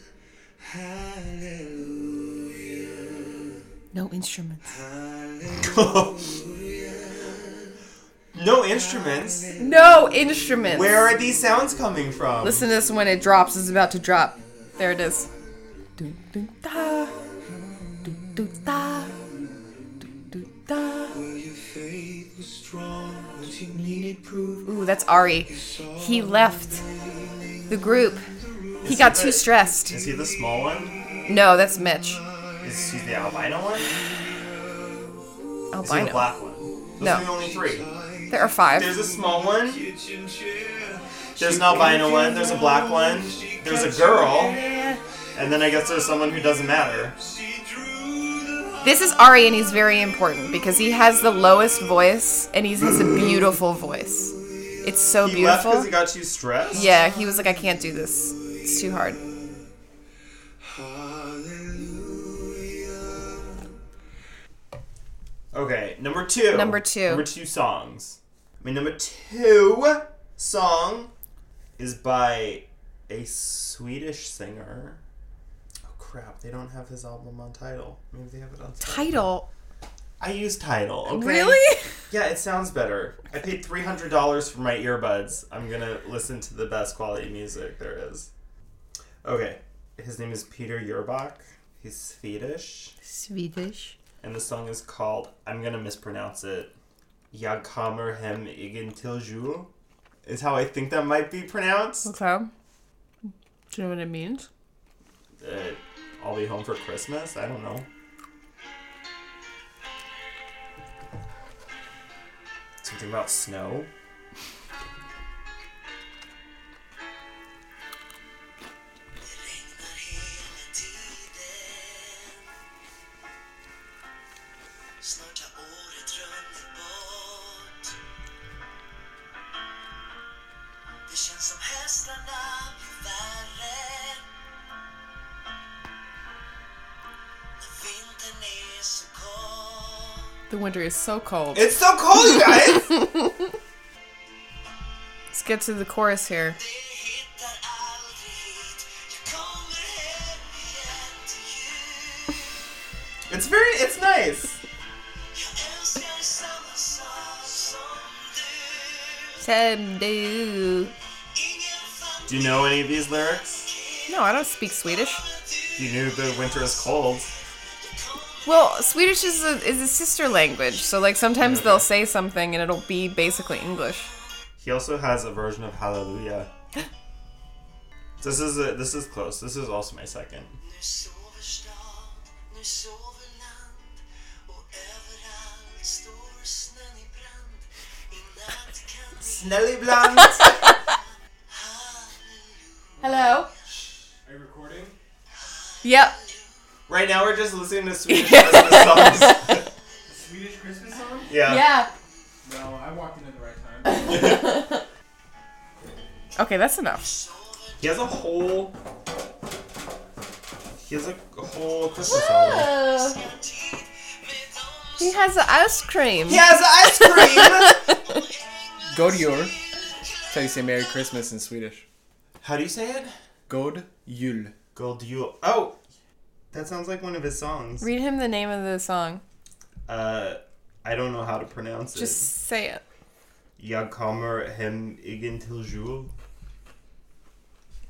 E: Hallelujah.
A: no instruments.
B: no instruments.
A: No instruments.
B: Where are these sounds coming from?
A: Listen to this when it drops. It's about to drop. There it is. Do, do, da. Do, do, da. Do, do, da.
E: Well, your faith was strong, but you needed proof.
A: Ooh, that's Ari. He left the group. He got too stressed.
B: Is he the small one?
A: No, that's Mitch.
B: Is he the albino one? Is he the
A: Albino.
B: black one? Those
A: No.
B: are the only three.
A: Oh, There are five.
B: There's a small one.
E: Kitchen chair.
B: There's an albino one. There's a black one. There's a girl. And then I guess there's someone who doesn't matter.
E: She drew the
A: This is Ari, and he's very important because he has the lowest voice, and he's has a beautiful voice. It's so
B: He left
A: beautiful.
B: because he got too stressed.
A: Yeah, he was like, I can't do this. It's too hard.
E: Hallelujah.
B: Okay, number two.
A: Number two.
B: Number two songs. My number two song is by a Swedish singer. Oh crap! They don't have his album on title. Maybe they have it on
A: Title.
B: I use title. Okay.
A: Really?
B: Yeah, it sounds better. I paid three hundred dollars for my earbuds. I'm gonna listen to the best quality music there is. Okay, his name is Peter Yerbach. He's Swedish,
A: Swedish.
B: and the song is called I'm gonna mispronounce it. Jag kommer hem igen till jul is how I think that might be pronounced.
A: Okay. Do you know what it means?
B: Uh, I'll be home for Christmas. I don't know. Something about snow.
D: Snart har året runnit bort
A: The winter is so cold.
B: It's so cold, you guys!
A: Let's get to the chorus here.
D: The heat that I lead, you come and help me out to you.
B: it's very, it's nice.
D: You ask yourself someday,
A: Ted, do.
D: in your fantasy,
B: Do you know any of these lyrics?
A: No, I don't speak Swedish.
B: You knew the winter is cold.
A: Well, Swedish is a, is a sister language, so like sometimes they'll say something and it'll be basically English.
B: He also has a version of Hallelujah. this is a, this is close. This is also my second.
D: Nu sover stad, nu sover land och överallt står snön i brand. I natt kan vi
B: Snelly blonde.
A: Hello.
F: Are you recording?
A: Yep.
B: right now we're just listening to Swedish Christmas songs.
F: Swedish Christmas song?
B: yeah.
A: Yeah.
F: Well, I walked in at the right time.
A: Okay, that's enough.
B: He has a whole. He has a whole Christmas album.
A: He has the ice cream.
B: He has ice cream.
F: God jul. That's how you say Merry Christmas in Swedish.
B: How do you say it?
F: God jul.
B: Gold Yule. Oh, that sounds like one of his songs.
A: Read him the name of the song.
B: Uh, I don't know how to pronounce
A: Just
B: it.
A: say it.
B: Jag kommer hem igen till jul.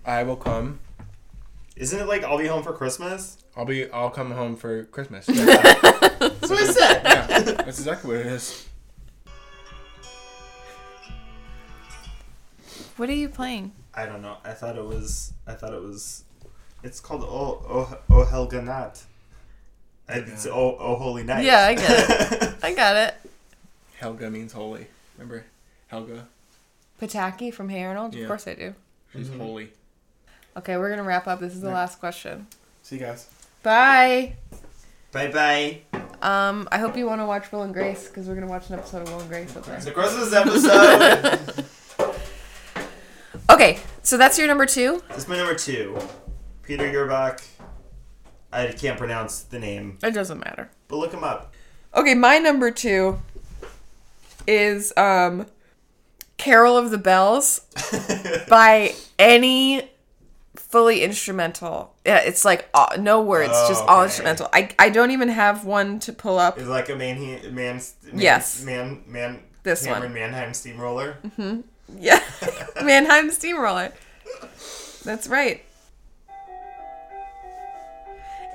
F: I will come.
B: Isn't it like I'll be home for Christmas?
F: I'll be. I'll come home for Christmas.
B: That's what I said.
F: yeah, that's exactly what it is.
A: What are you playing?
B: I don't know. I thought it was. I thought it was. It's called Oh Oh, oh Helga Natt. And It's oh, oh Holy Night.
A: Yeah, I get
B: it.
A: I got it.
F: Helga means holy. Remember, Helga.
A: Pataki from Hey Arnold.
F: Yeah.
A: Of course I do.
F: She's holy.
A: Okay, we're gonna wrap up. This is the last question.
F: See you guys.
A: Bye.
B: bye bye.
A: Um, I hope you want to watch Will and Grace because we're gonna watch an episode of Will and Grace with her.
B: It's a Christmas episode.
A: Okay, so that's your number two.
B: This is my number two. Peter Yerbach. I can't pronounce the name,
A: It doesn't matter.
B: but look him up.
A: Okay, my number two is um Carol of the Bells by any fully instrumental. Yeah, it's like all, no words, just all
B: Okay.
A: instrumental. I I don't even have one to pull up.
B: Is like a man, he, man, man,
A: Yes.
B: man, man.
A: This
B: Cameron
A: one. Mm-hmm.
B: Mannheim Steamroller.
A: Yeah. Mannheim Steamroller. That's right.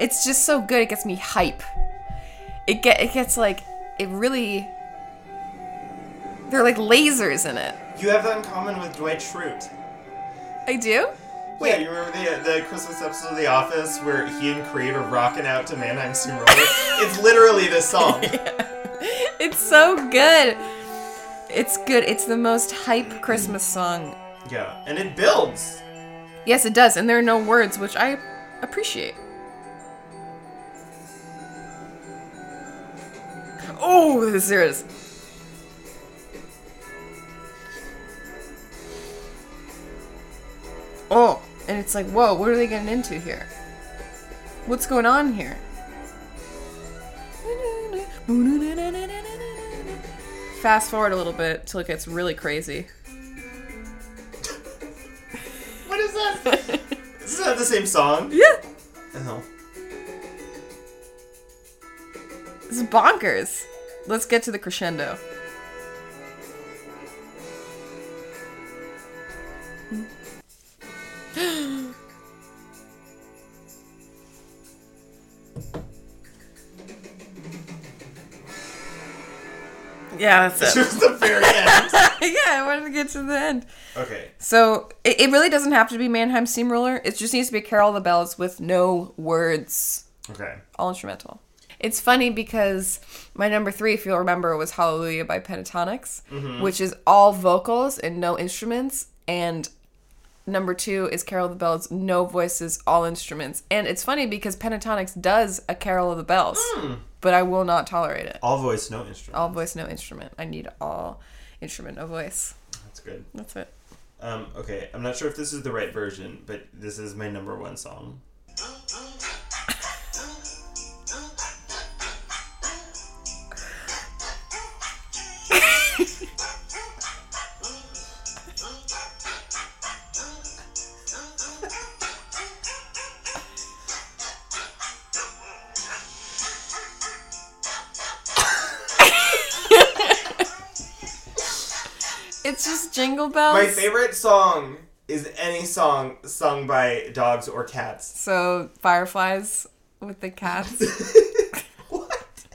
A: It's just so good. It gets me hype. It get it gets like it really They're like lasers in it.
B: You have that in common with Dwight Schrute.
A: I do?
B: Wait, you remember the the Christmas episode of The Office where he and Creed are rocking out to Mannheim Steamroller? it's literally this song.
A: It's so good. It's good. It's the most hype Christmas song.
B: Yeah, and it builds.
A: Yes, it does. And there are no words, which I appreciate. Oh, this there is. Oh, and it's like, whoa, what are they getting into here? What's going on here? Fast forward a little bit till it gets really crazy.
B: What is this? Isn't that the same song?
A: Yeah.
B: Oh.
A: This is bonkers. Let's get to the crescendo. yeah, that's it.
B: Just the very end.
A: yeah, I wanted to get to the end.
B: Okay.
A: So it, it really doesn't have to be Mannheim Steamroller. It just needs to be Carol of the Bells with no words
B: Okay.
A: all instrumental. It's funny because my number three, if you'll remember, was Hallelujah by Pentatonics,
B: Mm-hmm.
A: which is all vocals and no instruments. And number two is Carol of the Bells, no voices, all instruments. And it's funny because Pentatonics does a Carol of the Bells,
B: Hmm.
A: but I will not tolerate it.
B: All voice, no instrument.
A: All voice, no instrument. I need all instrument, no voice.
B: That's good.
A: That's it.
B: Um, okay, I'm not sure if this is the right version, but this is my number one song.
A: It's just Jingle Bells.
B: My favorite song is any song sung by dogs or cats.
A: So fireflies with the cats.
B: what?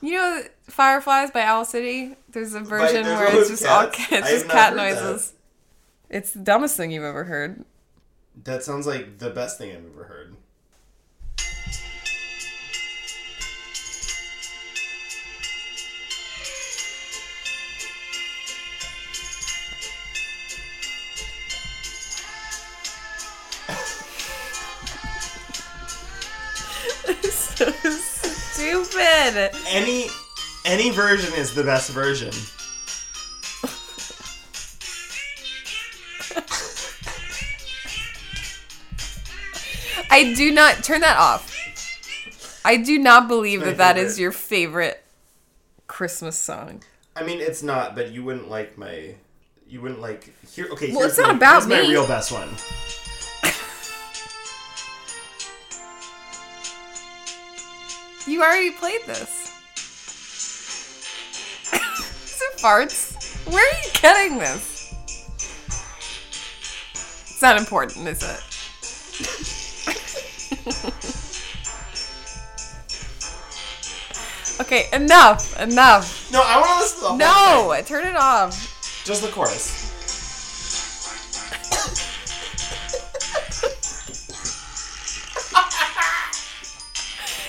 A: You know Fireflies by Owl City? There's a version
B: there's
A: where
B: all
A: it's just all
B: cats.
A: cats,
B: I
A: it's
B: have
A: just
B: not
A: cat
B: heard that.
A: noises. It's the dumbest thing you've ever heard.
B: That sounds like the best thing I've ever heard.
A: so stupid.
B: Any any version is the best version.
A: I do not turn that off. I do not believe that that is your favorite Christmas song.
B: I mean, it's not, but you wouldn't like my. You wouldn't like here. Okay,
A: Well,
B: here's
A: it's not
B: my-
A: about
B: here's my
A: me.
B: real best one.
A: You already played this. is it farts? Where are you getting this? It's not important, is it? okay, enough, enough.
B: No, I want to listen to the whole
A: No, turn it off.
B: thing. just the chorus.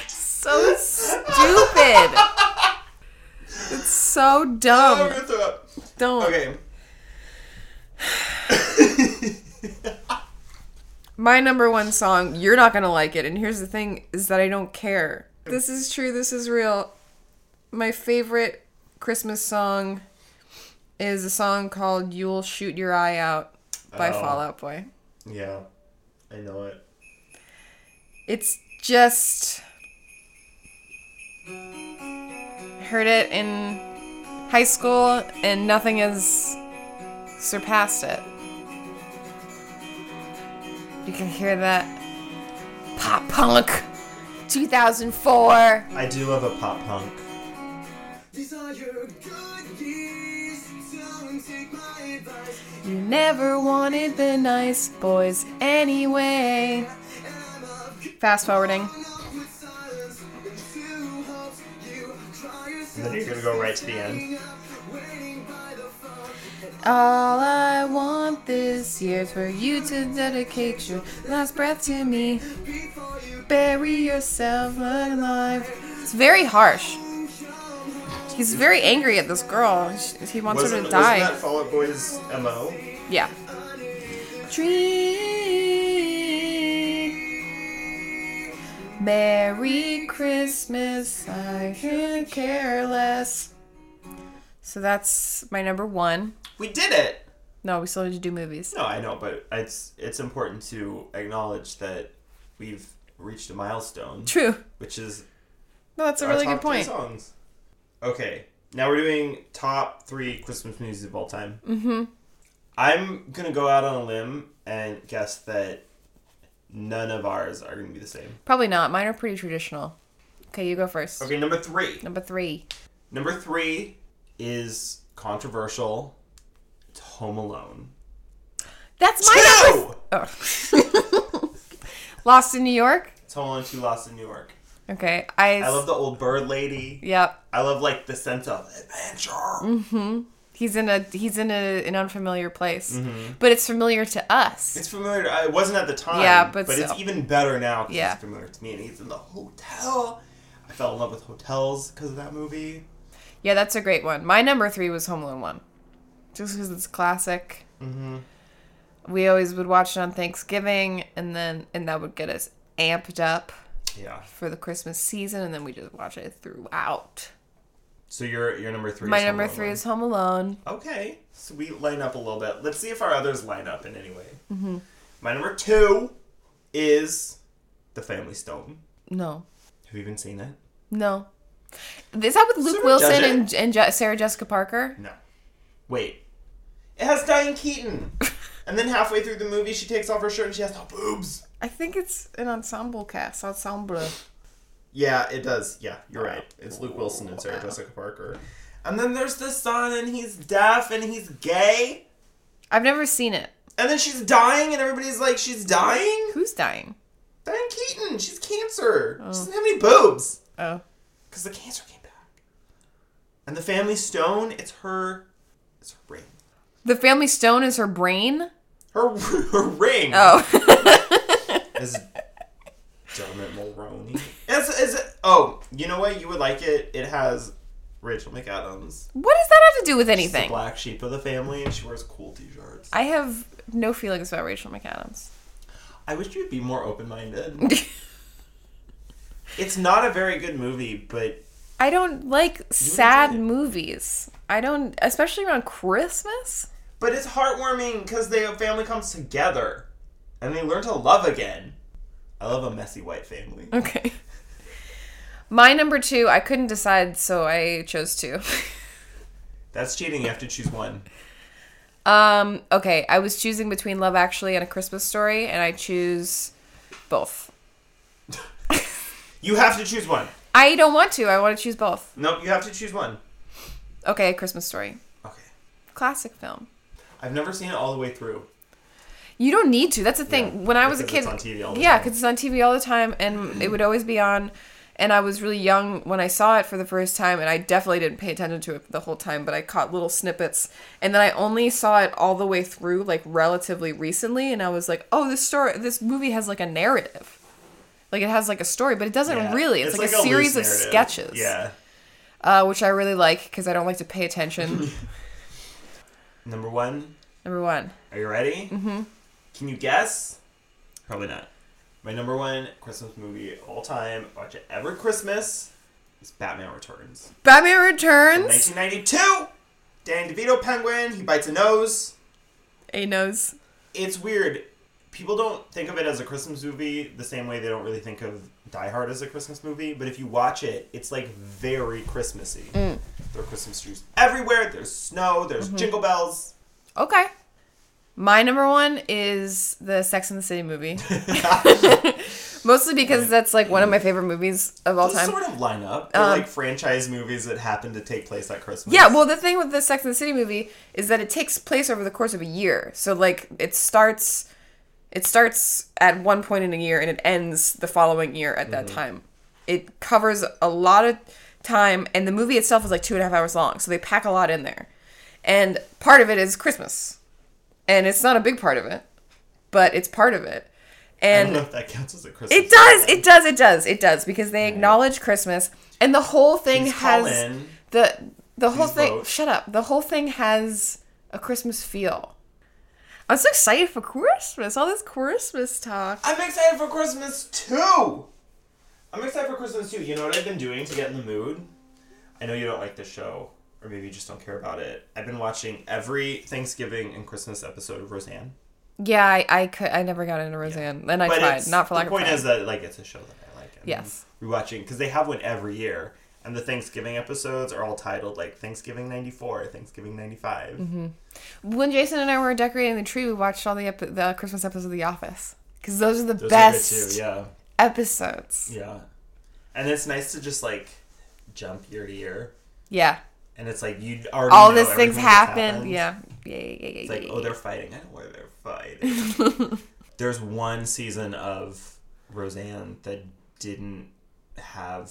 A: So stupid. It's so
B: I'm
A: dumb.
B: gonna throw up.
A: Don't.
B: Okay.
A: my number one song you're not gonna like it and here's the thing is that i don't care this is true this is real my favorite christmas song is a song called you'll shoot your eye out by
B: Oh.
A: Fall Out boy
B: Yeah, I know it.
A: it's just heard it in high school and nothing has surpassed it you can hear that pop punk 2004
B: I do love a pop punk.
E: These are your good years. Don't take my advice.
A: you never wanted the nice boys anyway fast forwarding
B: And then you're gonna go right to the end.
A: All I want this year's for you to dedicate your last breath to me. Bury yourself alive. It's very harsh. He's very angry at this girl. She- He wants her to
B: Wasn't,
A: die.
B: wasn't that Fall Out Boy's mo?
A: Yeah. Dream. Merry Christmas, I can care less. So that's my number one.
B: We did it.
A: No, we still need to do movies.
B: No, I know, but it's it's important to acknowledge that we've reached a milestone,
A: True.
B: which is
A: No, that's a
B: our
A: really
B: top
A: good
B: three
A: point.
B: songs. Okay, now we're doing top three Christmas movies of all time. Mm-hmm. I'm gonna go out on a limb and guess that none of ours are gonna be the same.
A: Probably not. Mine are pretty traditional. Okay, you go first.
B: Okay, number three.
A: Number three.
B: Number three is controversial. It's Home Alone.
A: That's my number. Oh. Lost in New York.
B: It's Home Alone Two Lost in New York.
A: Okay, I.
B: I love the old bird lady.
A: Yep.
B: I love like the sense of adventure.
A: He's in a he's in a, an unfamiliar place,
B: Mm-hmm.
A: but it's familiar to us.
B: It's familiar. To, it wasn't at the time.
A: Yeah, but
B: it's
A: still.
B: even better now because
A: Yeah.
B: it's familiar to me. And he's in the hotel. I fell in love with hotels because of that movie.
A: Yeah, that's a great one. My number three was Home Alone one, just because it's classic.
B: Mm-hmm.
A: We always would watch it on Thanksgiving, and then and that would get us amped up
B: Yeah.
A: for the Christmas season, and then we just watch it throughout.
B: So your your number three.
A: My
B: is Home
A: number
B: Alone.
A: three is Home Alone.
B: Okay, so we line up a little bit. Let's see if our others line up in any way.
A: Mm-hmm.
B: My number two is the Family Stone.
A: No,
B: Have you even seen it?
A: no. Is that with Luke
B: Sarah
A: Wilson
B: Jessica-
A: and, and Je- Sarah Jessica Parker?
B: No. Wait. It has Diane Keaton. and then halfway through the movie, she takes off her shirt and she has no boobs.
A: I think it's an ensemble cast. Ensemble.
B: Yeah, it does. Yeah, you're right. It's Luke Wilson and Sarah Jessica Parker. And then there's the son, and he's deaf, and he's gay.
A: I've never seen it.
B: And then she's dying, and everybody's like, she's dying?
A: Who's dying?
B: Diane Keaton, she's cancer. She doesn't have any boobs.
A: Oh.
B: Because the cancer came back. And the family stone, it's her, it's her ring.
A: The family stone is her brain?
B: Her, her ring
A: Oh.
B: is Dermot Mulroney. It's, it's, oh, you know what? You would like it. It has Rachel McAdams.
A: what does that have to do
B: She's
A: with
B: the
A: anything?
B: black sheep of the family, and she wears cool t-shirts.
A: I have no feelings about Rachel McAdams.
B: I wish you'd be more open-minded. it's not a very good movie, but
A: I don't like sad
B: enjoy it.
A: movies. I don't, especially around Christmas.
B: But it's heartwarming because the family comes together and they learn to love again. I love a messy white family.
A: Okay. My number two, I couldn't decide, so I chose two.
B: That's cheating. You have to choose one.
A: Um, okay, I was choosing between Love Actually and A Christmas Story, and I choose both.
B: You have to choose one.
A: I don't want to. I want to choose both.
B: Nope, you have to choose one.
A: Okay, A Christmas Story.
B: Okay.
A: Classic film.
B: I've never seen it all the way through.
A: You don't need to. That's the thing.
B: Yeah,
A: when I was a kid,
B: because it's on TV all the
A: yeah,
B: time.
A: because it's on TV all the time, and it would always be on. And I was really young when I saw it for the first time, and I definitely didn't pay attention to it the whole time, but I caught little snippets. And then I only saw it all the way through, like relatively recently, and I was like, "Oh, this story, this movie has like a narrative, like it has like a story, but it doesn't
B: Yeah.
A: really. It's, like, a,
B: loose
A: series of
B: narrative.
A: sketches,
B: Yeah.
A: uh, which I really like because I don't like to pay attention.
B: Number one.
A: Number one,
B: Are you ready? Mm-hmm. Can you guess? Probably not. My number one Christmas movie of all time, watch it every Christmas, is Batman Returns.
A: Batman Returns,
B: 1992. Dan DeVito penguin. He bites a nose.
A: a nose.
B: It's weird. People don't think of it as a Christmas movie the same way they don't really think of Die Hard as a Christmas movie. But if you watch it, it's like very Christmassy. There are Christmas trees everywhere. There's snow. There's jingle bells.
A: Okay. My number one is the Sex and the City movie. Mostly because that's like one of my favorite movies of all
B: Those
A: time. Um,
B: sort of line up. They're like franchise movies that happen to take place at Christmas.
A: Yeah, well, the thing with the Sex and the City movie is that it takes place over the course of a year. So like it starts it starts at one point in a year and it ends the following year at that time. It covers a lot of time and the movie itself is like two and a half hours long, so they pack a lot in there. And part of it is Christmas. And it's not a big part of it, but it's part of it.
B: I don't
A: And
B: know if that counts as a Christmas.
A: It does.
B: movie.
A: It does. It does. It does because they acknowledge Christmas, and the whole thing
B: Please call
A: has
B: in.
A: the the whole
B: Please
A: thing.
B: vote.
A: Shut up. The whole thing has a Christmas feel. I'm so excited for Christmas. All this Christmas talk.
B: I'm excited for Christmas too. I'm excited for Christmas too. You know what I've been doing to get in the mood? I know you don't like this show, or maybe you just don't care about it. I've been watching every Thanksgiving and Christmas episode of Roseanne.
A: Yeah, I, I could. I never got into Roseanne, and I tried.
B: it's-
A: Not for lack
B: the
A: of
B: point
A: trying.
B: is that like it's a show that I like. And
A: Yes.
B: I'm rewatching because they have one every year, and the Thanksgiving episodes are all titled like Thanksgiving '94, Thanksgiving '95.
A: when Jason and I were decorating the tree, we watched all the ep- the Christmas episodes of The Office because those are the
B: Those
A: best
B: are good too. Yeah,
A: episodes.
B: yeah. And it's nice to just like jump year to year.
A: Yeah,
B: and it's like you already
A: all
B: know
A: these things
B: everything that's
A: happened. Yeah, yeah, yeah, yeah.
B: it's
A: yeah,
B: like
A: yeah,
B: oh
A: yeah.
B: they're fighting i don't know why they're fighting there's one season of roseanne that didn't have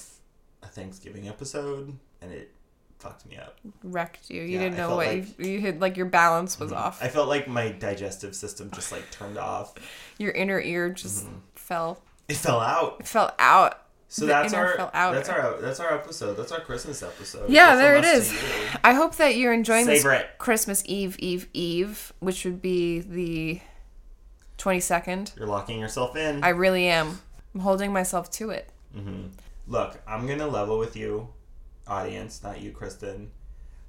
B: a thanksgiving episode and it fucked me up
A: wrecked you. You
B: Yeah,
A: didn't
B: I
A: know
B: felt
A: what
B: like- Mm-hmm.
A: you, you had like your balance was off.
B: i felt like my digestive system just like turned off
A: your inner ear just
B: Mm-hmm.
A: fell
B: it fell out
A: fell out.
B: so
A: The
B: that's
A: inner
B: our
A: fell outer.
B: that's our that's our episode that's our christmas episode
A: Yeah,
B: That's
A: there
B: from
A: it
B: us
A: is.
B: to you.
A: I hope that you're enjoying this
B: Savor it.
A: Christmas Eve Eve Eve, which would be the 22nd.
B: you're locking yourself in
A: I really am. I'm holding myself to it.
B: Look, I'm gonna level with you, audience, not you, Kristen.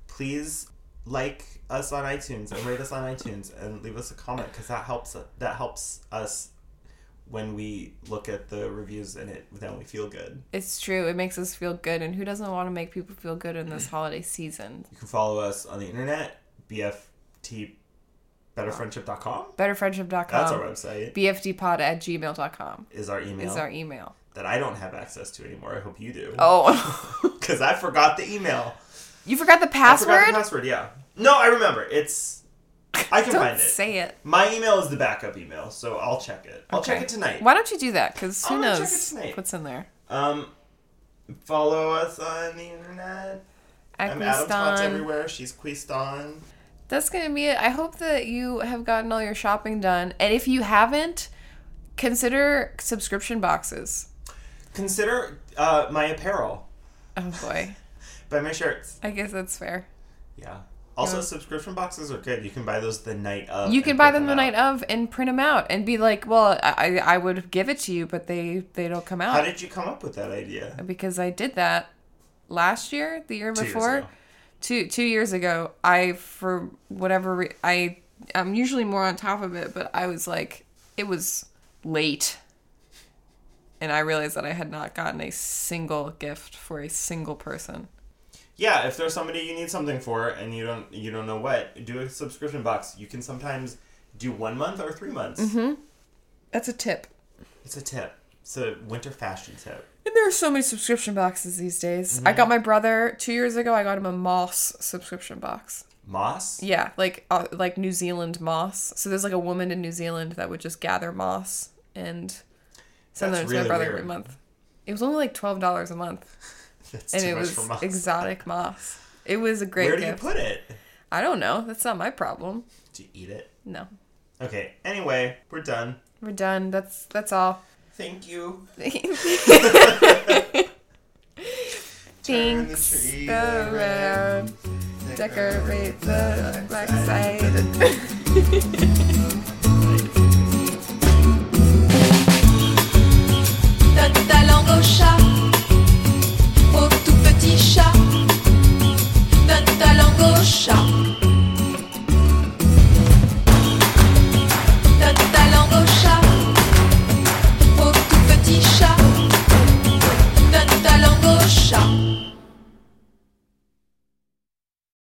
B: Please like us on iTunes and rate us on iTunes and leave us a comment because that helps that helps us when we look at the reviews and it then we feel good.
A: It's true. It makes us feel good and who doesn't want to make people feel good in
B: Mm.
A: this holiday season?
B: You can follow us on the internet, BFT betterfriendship.com.
A: Betterfriendship.com.
B: That's our website.
A: BFDpod at gmail.com
B: Is our email
A: Um, is our e email.
B: that I don't have access to anymore. I hope you do
A: Oh.
B: because I forgot the email.
A: You forgot the
B: I forgot the
A: password?
B: password, yeah. No, I remember. It's. I can
A: Don't
B: find it.
A: say it.
B: My email is the backup email, so I'll check it. I'll check
A: Okay.
B: it tonight.
A: Why don't you do that? Because who
B: I'm gonna check
A: knows
B: it tonight.
A: what's in there?
B: Um, follow us on the internet. I'm Adam Tots
A: Acquiston.
B: everywhere. She's Quiston.
A: That's gonna be it. I hope that you have gotten all your shopping done, and if you haven't, consider subscription boxes.
B: Consider uh, my apparel.
A: Oh boy,
B: Buy my shirts.
A: I guess that's fair.
B: Yeah. Also, subscription boxes are good. You can buy those the night of.
A: You
B: and
A: can buy
B: print
A: them the
B: out.
A: night of and print them out and be like, well, I I I would give it to you, but they they don't come
B: How
A: out
B: did you come up with that idea?
A: because I did that last year, the year
B: Two years
A: before.
B: ago.
A: two two years ago i for whatever re- i i'm usually more on top of it but i was like it was late and i realized that i had not gotten a single gift for a single person
B: Yeah, if there's somebody you need something for and you don't you don't know what, do a subscription box. You can sometimes do one month or three months.
A: Mm-hmm. that's a tip
B: It's a tip. It's a winter fashion tip.
A: and there are so many subscription boxes these days
B: Mm-hmm.
A: i got my brother two years ago i got him a moss subscription box
B: Moss.
A: yeah like uh, like new zealand moss so there's like a woman in new zealand that would just gather moss and send
B: That's
A: them to
B: really
A: my brother
B: weird.
A: every month it was only like $12 a month
B: That's
A: and
B: too
A: it
B: much
A: was
B: for moss.
A: exotic moss. It was a great
B: Where do you
A: gift.
B: put it?
A: I don't know. That's not my problem.
B: Do you eat it?
A: No,
B: Okay. Anyway, we're done.
A: we're done. That's that's all.
B: Thank you. Turn the
A: Thanks.
B: tree
A: Go around, decorate the black side.